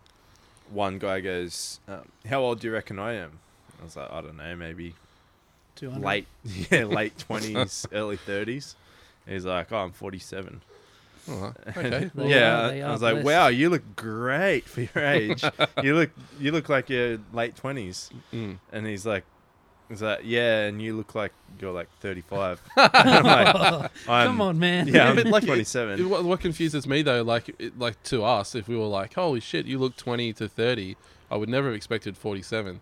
Speaker 3: one guy goes, um, "How old do you reckon I am?" I was like, "I don't know, maybe
Speaker 4: 200.
Speaker 3: late, yeah, late twenties, early 30s. He's like, "Oh, I'm 47."
Speaker 1: All right, okay.
Speaker 4: They
Speaker 3: yeah,
Speaker 4: are- they
Speaker 3: I
Speaker 4: are
Speaker 3: was like,
Speaker 4: blessed.
Speaker 3: "Wow, you look great for your age. you look, you look like you're late 20s."
Speaker 1: Mm.
Speaker 3: And he's like, "Is that yeah?" And you look like you're like 35. And I'm like, I'm,
Speaker 4: Come on, man.
Speaker 3: Yeah, I'm
Speaker 1: like,
Speaker 3: 27.
Speaker 1: It- What, what confuses me though, like, it, like to us, if we were like, holy shit, you look 20 to 30, I would never have expected 47.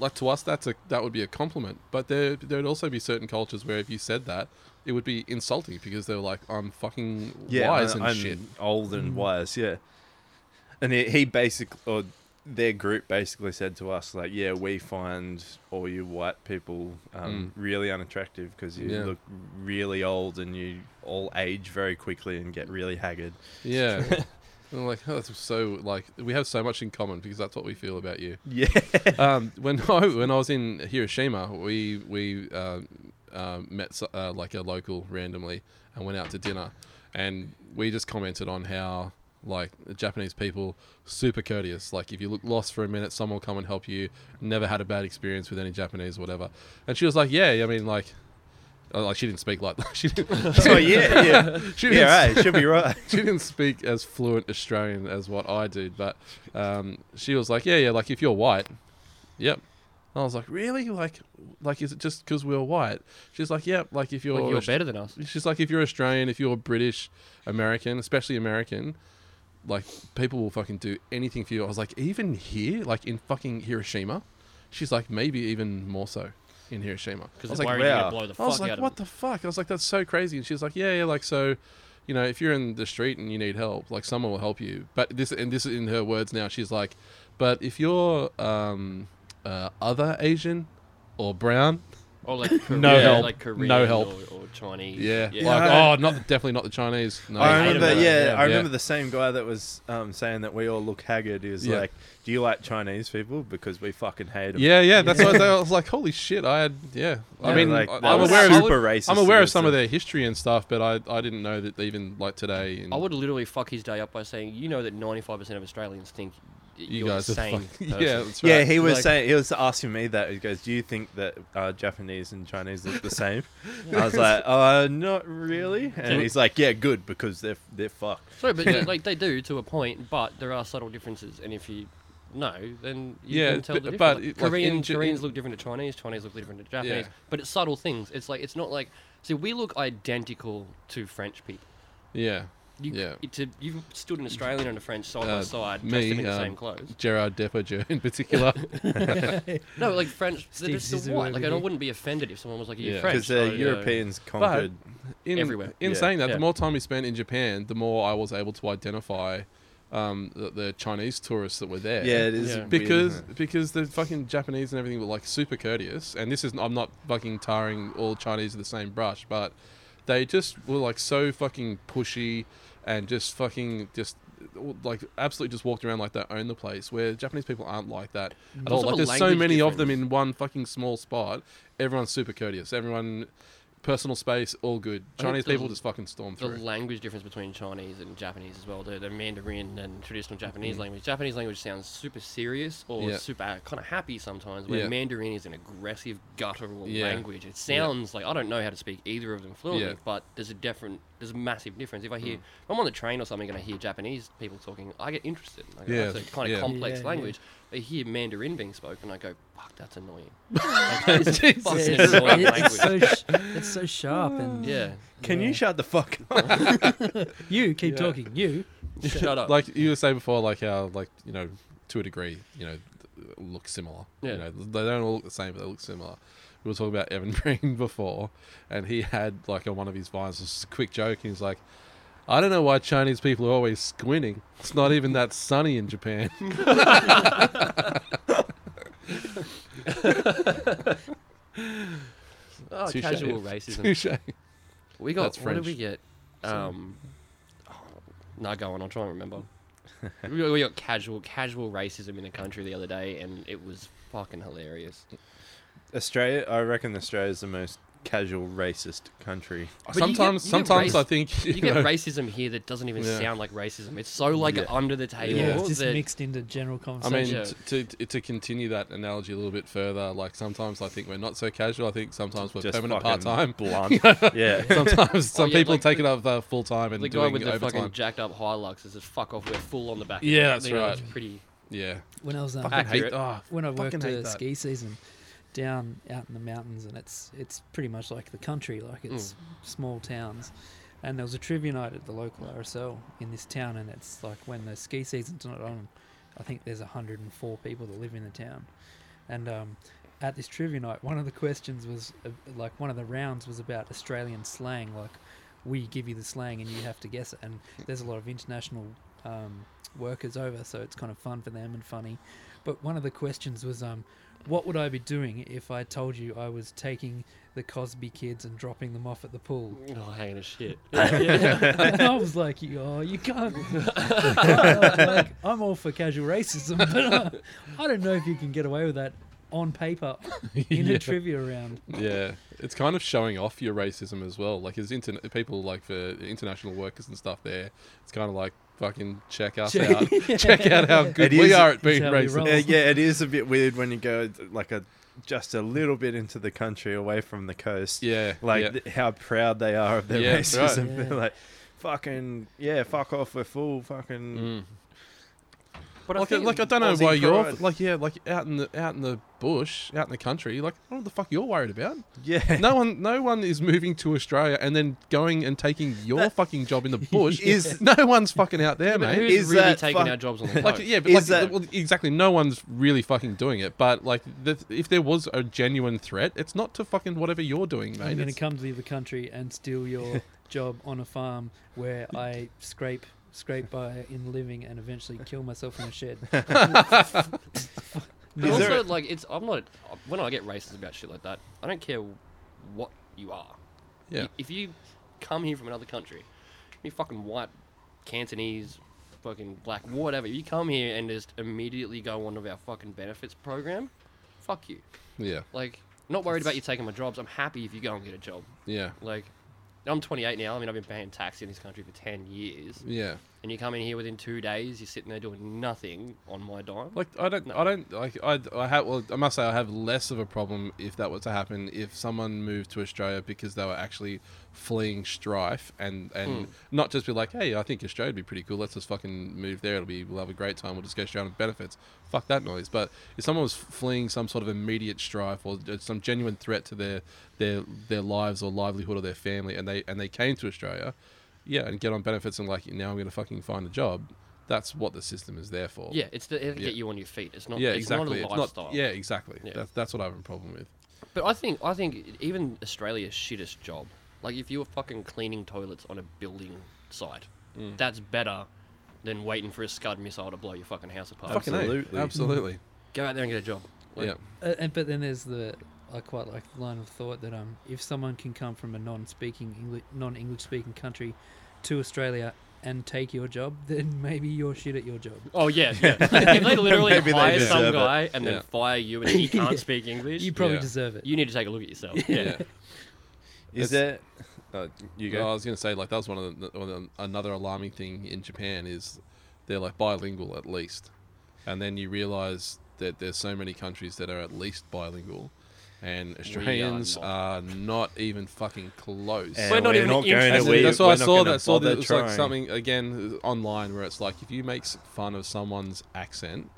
Speaker 1: Like to us, that's a that would be a compliment. But there there would also be certain cultures where if you said that, it would be insulting because they were like, I'm fucking
Speaker 3: yeah,
Speaker 1: wise
Speaker 3: I-
Speaker 1: and
Speaker 3: I'm
Speaker 4: Mm.
Speaker 1: shit.
Speaker 3: Old and wise, yeah. And he, he basically, or their group basically said to us, like, yeah, we find all you white people um,
Speaker 4: Mm.
Speaker 3: really unattractive because you
Speaker 1: Yeah.
Speaker 3: look really old and you all age very quickly and get really haggard.
Speaker 1: Yeah. And I'm like, oh, that's so like we have so much in common because that's what we feel about you.
Speaker 3: Yeah.
Speaker 1: um, when I when I was in Hiroshima, we we uh, uh, met so- uh, like a local randomly and went out to dinner, and we just commented on how like the Japanese people super courteous. Like if you look lost for a minute, someone will come and help you. Never had a bad experience with any Japanese, or whatever. And she was like, yeah, I mean like. uh, Like she didn't speak like she didn't.
Speaker 3: so Oh, yeah, yeah,
Speaker 1: She didn't
Speaker 3: yeah, right. Should be right.
Speaker 1: she didn't speak as fluent Australian as what I did, but um, she was like, "Yeah, yeah, like if you're white, yep." And I was like, "Really? Like, like is it just because we're white?" She's like, "Yep, like if you're,
Speaker 2: Like, you're
Speaker 1: Aust-
Speaker 2: better than us.
Speaker 1: she's like if you're Australian, if you're British, American, especially American, like people will fucking do anything for you." I was like, "Even here, like in fucking Hiroshima," she's like, "Maybe even more so." In Hiroshima, I
Speaker 2: Because
Speaker 1: was
Speaker 2: they're
Speaker 1: like,
Speaker 2: worried you're
Speaker 3: wow.
Speaker 2: gonna blow the
Speaker 1: I was
Speaker 2: fuck
Speaker 1: like,
Speaker 2: out
Speaker 1: what
Speaker 2: of
Speaker 1: the fuck? I was like, that's so crazy. And she was like, yeah, yeah, like so, you know, if you're in the street and you need help, like someone will help you. But this and this is in her words now. She's like, but if you're um, uh, other Asian or brown,
Speaker 2: Or like Korean,
Speaker 1: No help.
Speaker 2: like Korean
Speaker 1: No help.
Speaker 2: Or, or Chinese.
Speaker 1: yeah,
Speaker 3: Yeah.
Speaker 1: like
Speaker 3: Yeah.
Speaker 1: oh, not definitely not the Chinese. No,
Speaker 3: I
Speaker 2: hate
Speaker 3: remember,
Speaker 2: him,
Speaker 3: yeah,
Speaker 2: yeah.
Speaker 3: I remember the same guy that was um, saying that we all look haggard. He was
Speaker 1: Yeah.
Speaker 3: like, "Do you like Chinese people? Because we fucking hate them."
Speaker 1: Yeah, yeah, that's why I was like, holy shit, I had, yeah. I
Speaker 3: Yeah,
Speaker 1: mean,
Speaker 3: like,
Speaker 1: I-
Speaker 3: that
Speaker 1: I'm
Speaker 3: was
Speaker 1: aware,
Speaker 3: super
Speaker 1: of,
Speaker 3: racist
Speaker 1: I'm aware of
Speaker 3: against
Speaker 1: some of
Speaker 3: them.
Speaker 1: their history and stuff, but I, I didn't know that even like today. And
Speaker 2: I would literally fuck his day up by saying, you know that 95% of Australians think y-
Speaker 1: you
Speaker 2: you're
Speaker 1: guys
Speaker 2: the
Speaker 1: are
Speaker 2: same
Speaker 1: fucking-
Speaker 2: person.
Speaker 1: yeah, that's right.
Speaker 3: Yeah, he was
Speaker 2: Like-
Speaker 3: saying he was asking me that. He goes, "Do you think that uh, Japanese and Chinese look the same?" I was like, "Uh, not really." And he's like, "Yeah, good because they're they're fucked."
Speaker 2: Sorry, but
Speaker 1: Yeah.
Speaker 2: like they do to a point, but there are subtle differences, and if you know, then you
Speaker 1: Yeah,
Speaker 2: can tell the
Speaker 1: but-
Speaker 2: difference.
Speaker 1: but
Speaker 2: Like,
Speaker 1: it- like,
Speaker 2: Korean,
Speaker 1: in Ja-
Speaker 2: Koreans
Speaker 1: in-
Speaker 2: look different to Chinese, Chinese look different to Japanese,
Speaker 1: Yeah.
Speaker 2: but it's subtle things. It's like it's not like see, we look identical to French people.
Speaker 1: yeah.
Speaker 2: You,
Speaker 1: Yeah.
Speaker 2: it's a- you've stood an Australian and a French side
Speaker 1: Uh,
Speaker 2: by side, dressed them
Speaker 1: me,
Speaker 2: in the
Speaker 1: um,
Speaker 2: same clothes.
Speaker 1: Gerard Depardieu in particular.
Speaker 2: No, like French, they're
Speaker 4: Steve
Speaker 2: just the
Speaker 4: Zissou
Speaker 2: white.
Speaker 4: over
Speaker 2: Like, and I
Speaker 4: here.
Speaker 2: wouldn't be offended if someone was like, "Are you
Speaker 1: Yeah.
Speaker 2: French?"
Speaker 3: Because the
Speaker 2: Oh, yeah.
Speaker 3: Europeans conquered.
Speaker 1: in,
Speaker 2: Everywhere.
Speaker 1: In
Speaker 3: Yeah.
Speaker 1: saying that,
Speaker 2: Yeah.
Speaker 1: the more time we spent in Japan, the more I was able to identify um, the, the Chinese tourists that were there.
Speaker 3: yeah, it is
Speaker 2: Yeah.
Speaker 3: weird,
Speaker 1: Because
Speaker 3: isn't it?
Speaker 1: because the fucking Japanese and everything were like super courteous, and this is I'm not fucking tarring all Chinese with the same brush, but they just were like so fucking pushy and just fucking just like absolutely just walked around like they own the place. Where Japanese people aren't like that at all.
Speaker 2: Also
Speaker 1: Like
Speaker 2: the
Speaker 1: there's so
Speaker 2: language
Speaker 1: many of them
Speaker 2: difference.
Speaker 1: in one fucking small spot. Everyone's super courteous. Everyone. Personal space, all good.
Speaker 2: I think
Speaker 1: Chinese
Speaker 2: the-
Speaker 1: people just fucking storm
Speaker 2: the
Speaker 1: through.
Speaker 2: language difference between Chinese and Japanese as well. The, the Mandarin and traditional Japanese language. Japanese language sounds super serious or
Speaker 1: Mm-hmm. Yeah.
Speaker 2: super kind of happy sometimes, where
Speaker 1: Yeah.
Speaker 2: Mandarin is an aggressive, guttural
Speaker 1: Yeah.
Speaker 2: language. It sounds like I don't know how to speak either of them fluently,
Speaker 1: Yeah. Mm.
Speaker 2: but there's a different, there's a massive difference. If I hear, if I'm on the train or something and I hear Japanese people talking, I get interested. I go,
Speaker 1: Yeah,
Speaker 2: That's a kind of
Speaker 1: yeah.
Speaker 2: complex
Speaker 4: Yeah, yeah.
Speaker 2: language. I hear Mandarin being spoken, I go, fuck, that's annoying.
Speaker 4: Yeah,
Speaker 2: Fucking
Speaker 4: it's,
Speaker 2: annoying
Speaker 4: it's so
Speaker 2: language.
Speaker 4: sh- it's so sharp and
Speaker 2: Yeah,
Speaker 3: Can
Speaker 4: Yeah.
Speaker 3: you shut the fuck up?
Speaker 4: you keep
Speaker 1: Yeah.
Speaker 4: talking you
Speaker 2: shut up.
Speaker 1: like you were saying before, like how like you know, to a degree, you know, th- look similar.
Speaker 2: Yeah.
Speaker 1: You know, they don't all look the same, but they look similar. We were talking about Evan Green before, and he had like on one of his vines this quick joke. And he's like, "I don't know why Chinese people are always squinting. It's not even that sunny in Japan."
Speaker 2: oh,
Speaker 1: Touche.
Speaker 2: casual racism.
Speaker 1: Touche.
Speaker 2: We got
Speaker 1: That's
Speaker 2: what did we get? Um, not going. I'll try and remember. we, got, we got casual casual racism in the country the other day, and it was fucking hilarious.
Speaker 3: Australia, I reckon Australia's the most casual racist country.
Speaker 2: But you get-
Speaker 1: sometimes,
Speaker 2: you get
Speaker 1: sometimes
Speaker 2: race-
Speaker 1: I think
Speaker 2: You,
Speaker 1: you,
Speaker 2: get
Speaker 1: know,
Speaker 2: racism here that doesn't even
Speaker 1: Yeah.
Speaker 2: sound like racism. It's so like
Speaker 1: Yeah.
Speaker 2: under the table.
Speaker 1: Yeah.
Speaker 4: it's just
Speaker 2: that-
Speaker 4: mixed into general
Speaker 1: I
Speaker 4: conversation
Speaker 1: mean,
Speaker 2: Yeah.
Speaker 1: t- to to continue that analogy a little bit further, like sometimes I think we're not so casual. I think sometimes we're
Speaker 3: Just
Speaker 1: permanent part
Speaker 3: fucking
Speaker 1: time.
Speaker 3: blunt. yeah.
Speaker 1: Sometimes some
Speaker 2: yeah,
Speaker 1: people
Speaker 2: like
Speaker 1: take
Speaker 2: the-
Speaker 1: it up uh, full time and
Speaker 2: the guy
Speaker 1: doing
Speaker 2: with the
Speaker 1: overtime.
Speaker 2: fucking jacked up Hilux is just fuck off. We're full on the back.
Speaker 1: Yeah, that's
Speaker 2: You know, It's
Speaker 1: right.
Speaker 2: pretty.
Speaker 1: yeah.
Speaker 4: when I was um,
Speaker 2: Fucking hate Accurate.
Speaker 1: oh,
Speaker 4: when I worked
Speaker 1: Fucking hate
Speaker 4: a
Speaker 1: that.
Speaker 4: ski season down out in the mountains, and it's it's pretty much like the country, like it's
Speaker 1: Mm.
Speaker 4: small towns. And there was a trivia night at the local RSL in this town, and it's like when the ski season's not on, I think there's 104 people that live in the town. And um, at this trivia night, one of the questions was uh, like one of the rounds was about Australian slang, like we give you the slang and you have to guess it. And there's a lot of international um, workers over, so it's kind of fun for them and funny. But one of the questions was, um, what would I be doing if I told you I was taking the Cosby kids and dropping them off at the pool?
Speaker 2: Oh, hanging a shit.
Speaker 4: and I was like, oh, you can't. like, I'm all for casual racism, but uh, I don't know if you can get away with that on paper in
Speaker 1: Yeah.
Speaker 4: a trivia round.
Speaker 1: Yeah, it's kind of showing off your racism as well. Like, as interna- people like for international workers and stuff there, it's kind of like fucking check us
Speaker 4: Check-
Speaker 1: out, check out how good
Speaker 3: It
Speaker 1: we
Speaker 3: is-
Speaker 1: are at
Speaker 4: It's
Speaker 1: being
Speaker 4: how we
Speaker 1: racist.
Speaker 4: roll.
Speaker 3: Uh, yeah, it is a bit weird when you go like a just a little bit into the country away from the coast.
Speaker 1: Yeah,
Speaker 3: like
Speaker 1: yeah.
Speaker 3: th- how proud they are of their
Speaker 1: Yeah, that's right.
Speaker 3: racism. They're
Speaker 4: Yeah.
Speaker 3: like, fucking yeah, fuck off, we're full, fucking.
Speaker 1: Mm.
Speaker 2: But I
Speaker 1: Like, I
Speaker 2: think
Speaker 1: like I don't know
Speaker 3: Aussie
Speaker 1: why you're
Speaker 3: pride.
Speaker 1: like yeah like out in the out in the bush out in the country like I don't know what the fuck you're worried about
Speaker 3: Yeah,
Speaker 1: no one no one is moving to Australia and then going and taking your
Speaker 3: That-
Speaker 1: fucking job in the bush
Speaker 3: Is-
Speaker 1: no one's fucking out there mate
Speaker 2: but who's
Speaker 3: is
Speaker 2: really
Speaker 3: that
Speaker 2: taking
Speaker 3: fuck-
Speaker 2: our jobs on the
Speaker 1: like
Speaker 2: like,
Speaker 1: yeah but
Speaker 3: Is
Speaker 1: like
Speaker 3: that-
Speaker 1: well, exactly no one's really fucking doing it but like the, if there was a genuine threat it's not to fucking whatever you're doing
Speaker 4: I'm
Speaker 1: mate
Speaker 4: going to
Speaker 1: it's,
Speaker 4: come to the other country and steal your job on a farm where I scrape scrape by in living and eventually kill myself in a shed.
Speaker 2: But
Speaker 3: Is
Speaker 2: also,
Speaker 3: there-
Speaker 2: like, it's I'm not when I get racist about shit like that. I don't care what you are.
Speaker 1: yeah
Speaker 2: Y- If you come here from another country, you fucking white, Cantonese, fucking black, whatever. You come here and just immediately go onto our fucking benefits program. Fuck you.
Speaker 1: yeah
Speaker 2: Like, not worried about you taking my jobs. I'm happy if you go and get a job.
Speaker 1: yeah
Speaker 2: Like, I'm 28 now. I mean, I've been paying tax in this country for 10 years,
Speaker 1: yeah
Speaker 2: and you come in here within two days. You're sitting there doing nothing on my dime.
Speaker 1: Like I don't, I don't like I, I have. Well, I must say I have less of a problem if that were to happen if someone moved to Australia because they were actually fleeing strife and and not just be like, hey, I think Australia would be pretty cool. Let's just fucking move there. It'll be we'll have a great time. We'll just go Australian benefits. Fuck that noise. But if someone was fleeing some sort of immediate strife or some genuine threat to their their their lives or livelihood or their family, and they and they came to Australia, yeah, and get on benefits and like now I'm gonna fucking find a job. That's what the system is there for.
Speaker 2: Yeah, it's to it'll
Speaker 1: Yeah.
Speaker 2: get you on your feet. It's not.
Speaker 1: Yeah,
Speaker 2: it's
Speaker 1: exactly.
Speaker 2: Not
Speaker 1: It's
Speaker 2: a
Speaker 1: not-
Speaker 2: lifestyle.
Speaker 1: yeah, exactly.
Speaker 2: Yeah.
Speaker 1: That's, that's what I have a problem with.
Speaker 2: But I think I think even Australia's shittest job. Like if you were fucking cleaning toilets on a building site,
Speaker 1: Mm.
Speaker 2: that's better than waiting for a scud missile to blow your fucking house apart.
Speaker 3: Fuck.
Speaker 1: Fucking A.
Speaker 3: Absolutely.
Speaker 1: absolutely.
Speaker 2: Go out there and get a job. Like,
Speaker 1: yeah,
Speaker 4: Uh, and but then there's the I quite like the line of thought that um if someone can come from a non-speaking English non-English speaking country to Australia and take your job, then maybe you're shit at your job.
Speaker 2: Oh yeah, yeah. if they literally
Speaker 3: Maybe they
Speaker 2: hire some
Speaker 3: deserve it.
Speaker 2: guy and
Speaker 1: Yeah.
Speaker 2: then fire you and he can't speak English,
Speaker 4: You
Speaker 2: you,
Speaker 4: probably
Speaker 1: Yeah.
Speaker 4: deserve it.
Speaker 2: need to take a look at yourself.
Speaker 1: yeah.
Speaker 2: Yeah.
Speaker 3: is there? Uh, you
Speaker 1: No, I
Speaker 3: go.
Speaker 1: was gonna say like that was one of the, one of the- another alarming thing in Japan is they're like bilingual at least, and then you realize that there's so many countries that are at least bilingual, and Australians
Speaker 2: not.
Speaker 1: are not even fucking close.
Speaker 3: And
Speaker 2: We're not even interested.
Speaker 1: As in,
Speaker 2: we-
Speaker 1: that's why I
Speaker 3: we're not
Speaker 1: saw
Speaker 3: gonna
Speaker 1: that. Saw that
Speaker 3: bother
Speaker 1: it was like
Speaker 3: trying.
Speaker 1: something again online where it's like if you make s- fun of someone's accent,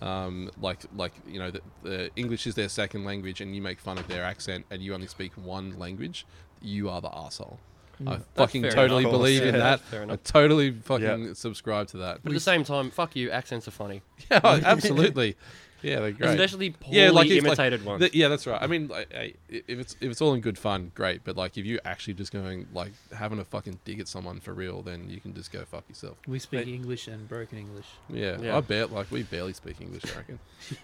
Speaker 1: um, like like you know the, the English is their second language, and you make fun of their accent, and you only speak one language, you are the asshole. I fucking
Speaker 2: Mm. fair
Speaker 1: totally
Speaker 3: enough.
Speaker 1: believe in
Speaker 3: Yeah,
Speaker 1: that.
Speaker 2: that's fair
Speaker 1: I
Speaker 2: enough.
Speaker 1: totally fucking subscribe to that.
Speaker 2: But at the same time, fuck you. Accents are funny,
Speaker 1: yeah, absolutely. Yeah, they're great.
Speaker 2: especially poorly
Speaker 1: Yeah, like E if, like,
Speaker 2: imitated ones.
Speaker 1: Th- yeah, that's right. I mean, like, hey, i- if it's if it's all in good fun, great. But like, if you're actually just going like having a fucking dig at someone for real, then you can just go fuck yourself.
Speaker 4: We speak English and broken English.
Speaker 1: Yeah,
Speaker 2: Yeah.
Speaker 1: I bet. Like, we barely speak English. I reckon.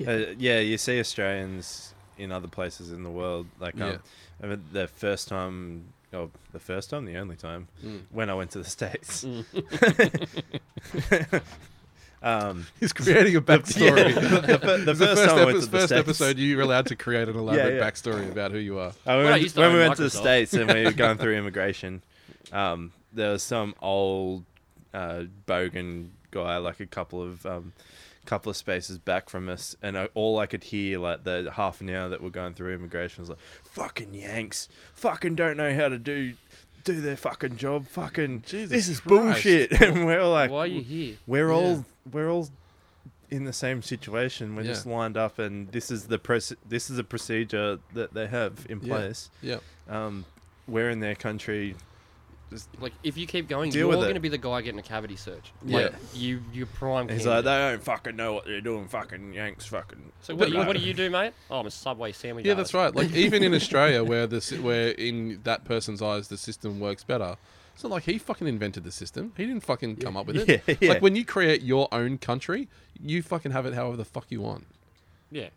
Speaker 3: Uh, yeah, you see Australians in other places in the world. Like, um,
Speaker 1: Yeah.
Speaker 3: I mean, the first time, or the first time, the only time,
Speaker 1: Mm.
Speaker 3: when I went to the states. um,
Speaker 1: He's creating a backstory.
Speaker 3: yeah, the, the fir- the
Speaker 1: The
Speaker 3: first
Speaker 1: first,
Speaker 3: time I
Speaker 1: epi-
Speaker 3: went to the
Speaker 1: first
Speaker 3: states.
Speaker 1: episode, you were allowed to create an elaborate
Speaker 3: yeah.
Speaker 1: backstory about who you are.
Speaker 3: I
Speaker 2: Well, I
Speaker 3: went-
Speaker 2: used to
Speaker 3: when
Speaker 2: own
Speaker 3: we went to the
Speaker 2: Microsoft.
Speaker 3: states and we were going through immigration, um, there was some old uh, bogan guy, like a couple of um, couple of spaces back from us, and I, all I could hear, like the half an hour that we're going through immigration, was like, "Fucking Yanks, fucking don't know how to do." Do their fucking job, fucking.
Speaker 1: Jesus
Speaker 3: this is
Speaker 1: Christ.
Speaker 3: bullshit, and we're all like,
Speaker 2: Why are you here?
Speaker 3: we're
Speaker 1: Yeah.
Speaker 3: all we're all in the same situation. We're
Speaker 1: Yeah.
Speaker 3: just lined up, and this is the press. This is a procedure that they have in
Speaker 1: Yeah.
Speaker 3: place.
Speaker 1: Yeah,
Speaker 3: Um, we're in their country.
Speaker 2: Just like if you keep going,
Speaker 3: Deal
Speaker 2: you're
Speaker 3: with it.
Speaker 2: going to be the guy getting a cavity search. Like you, you're prime.
Speaker 3: He's
Speaker 2: candidate.
Speaker 3: like, they don't fucking know what they're doing. Fucking Yanks, fucking.
Speaker 2: So what, do you,
Speaker 3: Like-
Speaker 2: what do you do, mate? Oh, I'm a Subway sandwich.
Speaker 1: Yeah, that's right. Like even in Australia, where the si- where in that person's eyes the system works better, it's not like he fucking invented the system. He didn't fucking come up with it.
Speaker 3: Yeah, yeah.
Speaker 1: Like when you create your own country, you fucking have it however the fuck you want.
Speaker 2: Yeah.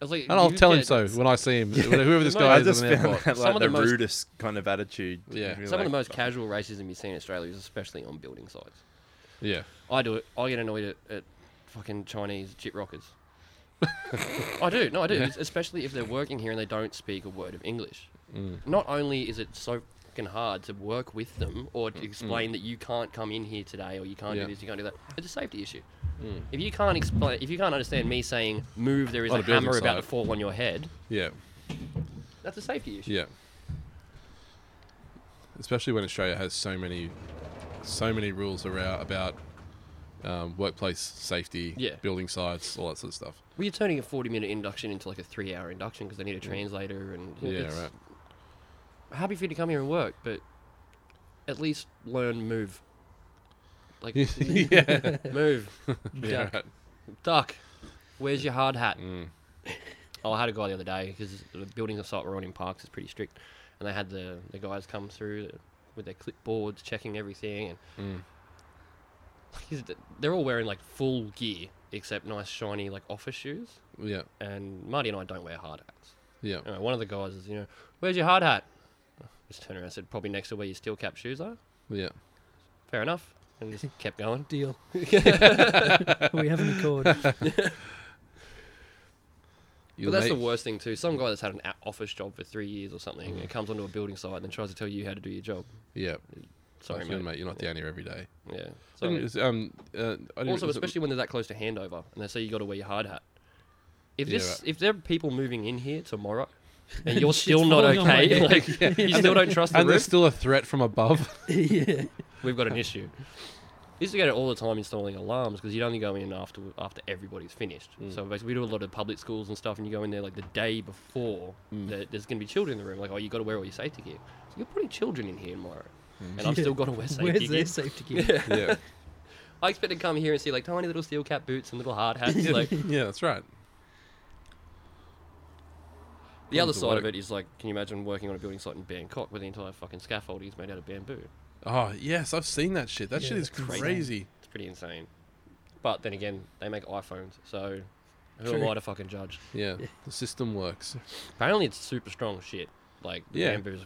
Speaker 2: I was like,
Speaker 1: And I'll
Speaker 2: you
Speaker 1: tell him
Speaker 2: get-
Speaker 1: so when I see him. Whoever this
Speaker 2: The
Speaker 1: guy
Speaker 3: I
Speaker 1: is,
Speaker 3: just
Speaker 1: at an
Speaker 3: found
Speaker 1: airport.
Speaker 3: that
Speaker 2: Some
Speaker 3: like
Speaker 2: of
Speaker 3: the,
Speaker 2: the most-
Speaker 3: rudest kind of attitude.
Speaker 1: Yeah.
Speaker 2: Some of the most casual racism you see in Australia is especially on building sites.
Speaker 1: Yeah,
Speaker 2: I do it. I get annoyed at, at fucking Chinese jit rockers. I do. No, I do. It's- Especially if they're working here and they don't speak a word of English.
Speaker 1: Mm.
Speaker 2: Not only is it so fucking hard to work with them or to explain that you can't come in here today or you can't
Speaker 1: Mm, Yeah. Mm.
Speaker 2: do this, you can't do that. It's a safety issue. If you can't explain, if you can't understand me saying move, there is
Speaker 1: On
Speaker 2: a
Speaker 1: a building
Speaker 2: hammer about to
Speaker 1: site.
Speaker 2: fall on your head.
Speaker 1: yeah,
Speaker 2: That's a safety issue.
Speaker 1: yeah. Especially when Australia has so many, so many rules around about um, workplace safety,
Speaker 2: Yeah.
Speaker 1: building sites, all that sort of stuff.
Speaker 2: Well, you're turning a 40 minute induction into like a three hour induction because they need a translator and
Speaker 1: Mm. Yeah,
Speaker 2: it's-
Speaker 1: right.
Speaker 2: happy for you to come here and work, but at least learn move. Like
Speaker 1: yeah,
Speaker 2: move,
Speaker 1: yeah, right.
Speaker 2: duck. Where's your hard hat?
Speaker 1: Mm.
Speaker 2: Oh, I had a guy the other day because the building assault we're on in parks is pretty strict, and they had the the guys come through with their clipboards checking everything, and
Speaker 1: Mm.
Speaker 2: he's- they're all wearing like full gear except nice shiny like office shoes.
Speaker 1: yeah,
Speaker 2: And Marty and I don't wear hard hats.
Speaker 1: yeah.
Speaker 2: Anyway, one of the guys is, you know, where's your hard hat? Just turned around and said, probably next to where your steel cap shoes are.
Speaker 1: Yeah.
Speaker 2: Fair enough. And just kept going.
Speaker 4: Deal. we have an accord.
Speaker 1: You'll
Speaker 2: but
Speaker 1: make-
Speaker 2: that's the worst thing too. Some guy that's had an o- office job for three years or something and comes onto a building site and then tries to tell you how to do your job.
Speaker 1: Yeah.
Speaker 2: Sorry,
Speaker 1: Like, you know,
Speaker 2: mate.
Speaker 1: You're not down here every day.
Speaker 2: Yeah. So,
Speaker 1: Didn't- is, um, uh, I didn't-
Speaker 2: also,
Speaker 1: is it-
Speaker 2: especially when they're that close to handover and they say you got to wear your hard hat. If
Speaker 1: Yeah,
Speaker 2: this,
Speaker 1: right.
Speaker 2: if there are people moving in here tomorrow, and you're
Speaker 4: Shit's
Speaker 2: still not
Speaker 4: falling on my
Speaker 2: okay,
Speaker 4: head.
Speaker 2: like you still don't trust the
Speaker 1: and there's
Speaker 2: roof,
Speaker 1: still a threat from above.
Speaker 4: yeah.
Speaker 2: we've got an issue. We used to get it all the time installing alarms because you'd only go in after after everybody's finished.
Speaker 4: Mm.
Speaker 2: So basically, we do a lot of public schools and stuff, and you go in there like the day before
Speaker 4: Mm.
Speaker 2: that there's going to be children in the room. Like, oh, you got to wear all your safety gear. So you're putting children in here tomorrow, and I've
Speaker 4: Yeah.
Speaker 2: still got to wear safety
Speaker 4: Mm. Where's
Speaker 2: gear.
Speaker 4: their safety gear?
Speaker 1: yeah,
Speaker 2: I expect to come here and see like tiny little steel cap boots and little hard hats. like
Speaker 1: yeah, that's right.
Speaker 2: the other
Speaker 1: to
Speaker 2: side of
Speaker 1: work.
Speaker 2: it is like, can you imagine working on a building site in Bangkok where the entire fucking scaffolding is made out of bamboo?
Speaker 1: Oh yes, I've seen that shit. That
Speaker 4: Yeah,
Speaker 1: shit is
Speaker 4: that's insane.
Speaker 1: crazy.
Speaker 2: It's pretty insane. But then again, they make iPhones, so who
Speaker 4: True.
Speaker 2: am I to fucking judge?
Speaker 1: Yeah, the system works.
Speaker 2: Apparently, it's super strong shit. Like
Speaker 1: Yeah.
Speaker 2: bamboo's,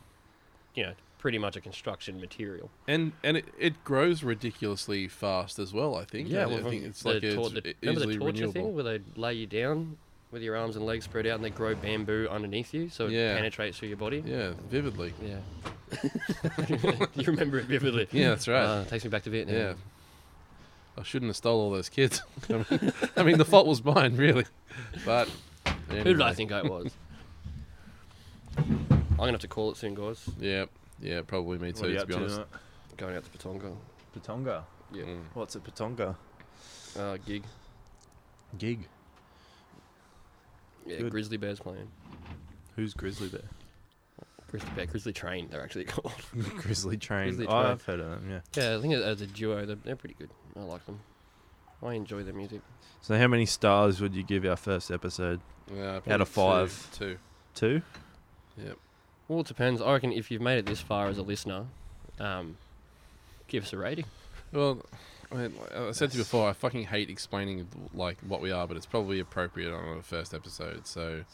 Speaker 2: you know, pretty much a construction material.
Speaker 1: And and it, it grows ridiculously fast as well. I think. I, I
Speaker 2: well,
Speaker 1: think it's
Speaker 2: the
Speaker 1: like
Speaker 2: tor-
Speaker 1: it's
Speaker 2: the-
Speaker 1: e-
Speaker 2: remember
Speaker 1: easily
Speaker 2: the torture thing
Speaker 1: renewable.
Speaker 2: where they lay you down with your arms and legs spread out, and they grow bamboo underneath you, so it
Speaker 1: Yeah.
Speaker 2: penetrates through your body.
Speaker 1: Yeah, vividly.
Speaker 2: Yeah. you remember it vividly.
Speaker 1: Yeah, that's right.
Speaker 2: Uh, takes me back to Vietnam.
Speaker 1: yeah. I shouldn't have stole all those kids. I, mean, I mean, the fault was mine, really. But
Speaker 2: Who did I
Speaker 1: anyway.
Speaker 2: think I was? I'm gonna have to call it soon, guys.
Speaker 1: Yeah, yeah, probably me too. To be honest.
Speaker 2: Going out to Patonga.
Speaker 3: Patonga.
Speaker 2: Yeah.
Speaker 1: Mm.
Speaker 3: What's a Patonga
Speaker 2: Uh, gig.
Speaker 3: gig?
Speaker 2: Yeah.
Speaker 3: Good.
Speaker 2: Grizzly Bears playing.
Speaker 3: Who's Grizzly Bear?
Speaker 2: Grizzly Bear. Grizzly Train. They're actually called.
Speaker 3: Grizzly Train.
Speaker 2: Grizzly
Speaker 3: oh,
Speaker 2: Train.
Speaker 3: I've heard of them. Yeah.
Speaker 2: Yeah, I think as a duo, they're, they're pretty good. I like them. I enjoy their music.
Speaker 3: So how many stars would you give our first episode?
Speaker 1: Yeah,
Speaker 3: Out of
Speaker 1: probably
Speaker 3: five.
Speaker 1: Two. two.
Speaker 3: Two.
Speaker 2: Well, it depends. I reckon if you've made it this far as a listener, um, give us a rating.
Speaker 1: Well, I, mean, like I said to you before, I fucking hate explaining like what we are, but it's probably appropriate on the first episode. So,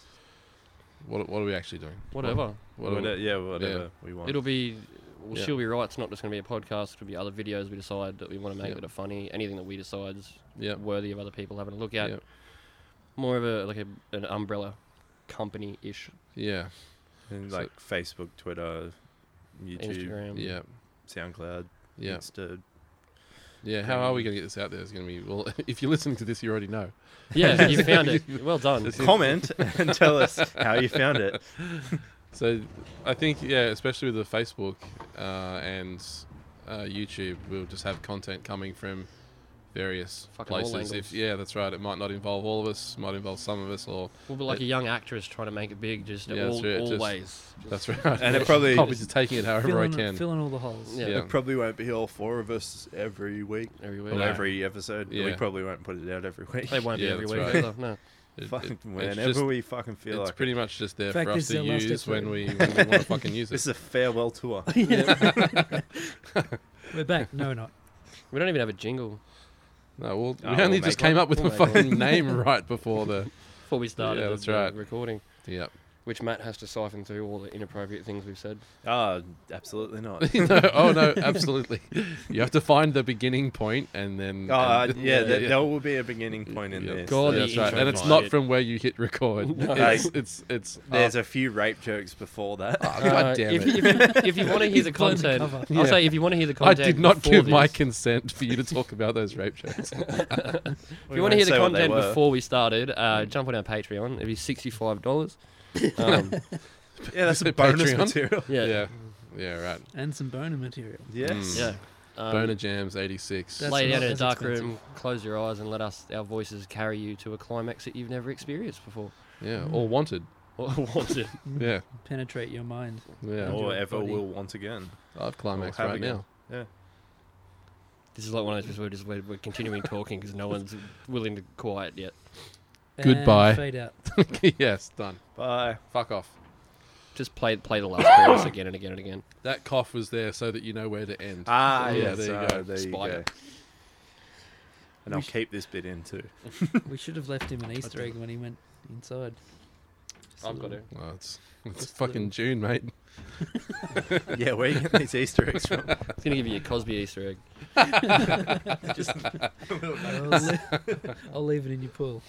Speaker 1: what what are we actually doing?
Speaker 2: Whatever.
Speaker 1: What are we-
Speaker 3: Whatever- yeah, whatever we want.
Speaker 2: It'll be. Well,
Speaker 1: Yeah.
Speaker 2: she'll be right. It's not just going to be a podcast. It'll be other videos we decide that we want to make
Speaker 1: Yep.
Speaker 2: that are funny. Anything that we decide's
Speaker 1: Yep.
Speaker 2: worthy of other people having a look at.
Speaker 1: Yep.
Speaker 2: More of a like a, an umbrella company ish.
Speaker 1: Yeah.
Speaker 3: And
Speaker 1: So-
Speaker 3: like Facebook, Twitter, YouTube,
Speaker 2: Instagram.
Speaker 1: Yeah.
Speaker 3: SoundCloud,
Speaker 1: Yeah.
Speaker 3: Insta.
Speaker 1: Yeah.
Speaker 2: um,
Speaker 1: How are we going to get this out there? It's going to be well. If you're listening to this, you already know.
Speaker 2: Yeah, you found it. Well done.
Speaker 3: Comment and tell us how you found it.
Speaker 1: So, I think yeah, especially with the Facebook uh, and uh, YouTube, we'll just have content coming from various
Speaker 2: Fucking all
Speaker 1: places. If
Speaker 2: angles.
Speaker 1: yeah, that's right. It might not involve all of us. Might involve some of us. Or
Speaker 2: We'll be like a young actress trying to make it big, just
Speaker 1: Yeah, that's
Speaker 2: all,
Speaker 1: right,
Speaker 2: all
Speaker 1: just-
Speaker 2: ways.
Speaker 1: that's right.
Speaker 3: And it probably-
Speaker 1: probably just taking it however I
Speaker 4: filling,
Speaker 1: can.
Speaker 4: filling all the holes.
Speaker 2: Yeah.
Speaker 1: Yeah.
Speaker 3: It probably won't be all four of us every week.
Speaker 2: Everywhere.
Speaker 3: Or
Speaker 1: No.
Speaker 3: every episode. We
Speaker 1: Yeah.
Speaker 3: probably won't put it out every week.
Speaker 2: They won't
Speaker 1: Yeah,
Speaker 2: be every
Speaker 1: that's right.
Speaker 2: week either. No.
Speaker 1: It-
Speaker 3: Fucking
Speaker 1: it- it's
Speaker 3: whenever
Speaker 1: just-
Speaker 3: we fucking feel
Speaker 1: it's
Speaker 3: like
Speaker 1: pretty much just there
Speaker 4: In fact,
Speaker 1: for us
Speaker 4: it's
Speaker 1: to
Speaker 4: the last
Speaker 1: use when
Speaker 4: episode.
Speaker 1: we, when we want to fucking
Speaker 3: it.
Speaker 1: use
Speaker 3: This
Speaker 1: it.
Speaker 3: is a farewell tour.
Speaker 4: We're back. No, we're not.
Speaker 2: We don't even have a jingle
Speaker 1: No, we'll, we
Speaker 3: Oh, we'll
Speaker 1: only just
Speaker 3: make
Speaker 1: came
Speaker 3: one.
Speaker 1: up with
Speaker 2: We'll
Speaker 1: the
Speaker 2: make
Speaker 1: fucking name right before the.
Speaker 2: before we started
Speaker 1: Yeah,
Speaker 2: the-
Speaker 1: that's
Speaker 2: the
Speaker 1: right.
Speaker 2: recording,
Speaker 1: Yep.
Speaker 2: which Matt has to siphon through all the inappropriate things we've said.
Speaker 3: Oh, absolutely not.
Speaker 1: no, oh no, absolutely. You have to find the beginning point and then.
Speaker 3: Oh, uh,
Speaker 1: and-
Speaker 3: yeah, there, there will be a beginning point in
Speaker 1: Yeah.
Speaker 3: this.
Speaker 2: God,
Speaker 3: There's,
Speaker 1: That's right,
Speaker 2: intro
Speaker 1: and it's
Speaker 2: part.
Speaker 1: not from where you hit record.
Speaker 2: No.
Speaker 1: It's it's it's.
Speaker 3: there's a few rape jokes before that.
Speaker 1: oh, God damn
Speaker 2: Uh, if,
Speaker 1: it!
Speaker 2: If, if you want to hear
Speaker 4: He's
Speaker 2: the
Speaker 4: blown the
Speaker 2: content,
Speaker 4: cover.
Speaker 2: I'll
Speaker 1: Yeah.
Speaker 2: say if you want to hear the
Speaker 1: I
Speaker 2: content.
Speaker 1: did not
Speaker 2: before
Speaker 1: give my
Speaker 2: this-
Speaker 1: consent for you to talk about those rape jokes.
Speaker 2: If you want to hear the
Speaker 3: Say what they
Speaker 2: content
Speaker 3: were.
Speaker 2: before we started, uh, jump on our Patreon. It'd be sixty-five dollars. Um,
Speaker 3: yeah, that's
Speaker 1: Patreon.
Speaker 3: bonus material.
Speaker 2: yeah, yeah.
Speaker 1: yeah, yeah, right.
Speaker 4: And some boner material.
Speaker 1: Mm.
Speaker 3: Yes.
Speaker 2: Um,
Speaker 1: Boner jams eighty six.
Speaker 4: That's
Speaker 2: lay
Speaker 4: not
Speaker 2: down in a
Speaker 4: as
Speaker 2: dark
Speaker 4: expensive.
Speaker 2: room, close your eyes, and let us our voices carry you to a climax that you've never experienced before
Speaker 1: Yeah, or wanted.
Speaker 2: or wanted.
Speaker 1: Yeah,
Speaker 4: Mm-hmm. Penetrate your mind.
Speaker 1: yeah.
Speaker 3: Or
Speaker 4: Enjoy
Speaker 3: ever
Speaker 4: body.
Speaker 3: will want again.
Speaker 1: I've climaxed
Speaker 3: have
Speaker 1: right
Speaker 3: again.
Speaker 1: now.
Speaker 2: This is like one of those where we're just we're, we're continuing talking because no one's willing to quiet yet.
Speaker 4: And
Speaker 1: Goodbye.
Speaker 4: Fade out.
Speaker 1: yes, done.
Speaker 3: Bye.
Speaker 1: Fuck off.
Speaker 2: Just play play the last chorus again and again and again.
Speaker 1: That cough was there so that you know where to end.
Speaker 3: Ah,
Speaker 1: Yeah,
Speaker 3: yes,
Speaker 1: there you
Speaker 3: ah,
Speaker 1: go.
Speaker 3: There you
Speaker 2: Spider.
Speaker 3: go. And
Speaker 4: We
Speaker 3: I'll
Speaker 4: sh-
Speaker 3: keep this bit in too.
Speaker 4: We should have left him an Easter egg when he went inside. Just a
Speaker 2: I've got
Speaker 4: little-
Speaker 2: it.
Speaker 1: Oh, it's it's
Speaker 4: Just
Speaker 1: fucking
Speaker 4: little-
Speaker 1: June, mate.
Speaker 3: yeah, where you get these Easter eggs from?
Speaker 2: It's gonna give you a Cosby Easter egg.
Speaker 4: I'll, le- I'll leave it in your pool.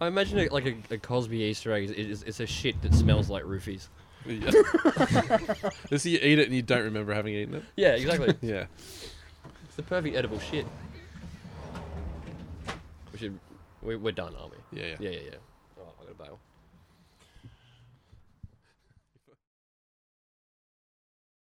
Speaker 2: I imagine it like a, a Cosby Easter egg is, is it's a shit that smells like roofies.
Speaker 1: Yeah. so you eat it and you don't remember having eaten it?
Speaker 2: Yeah, exactly.
Speaker 1: Yeah.
Speaker 2: it's the perfect edible shit. We should. We, we're done, aren't we?
Speaker 1: Yeah, yeah.
Speaker 2: Yeah, yeah, yeah. Oh, I got a bail.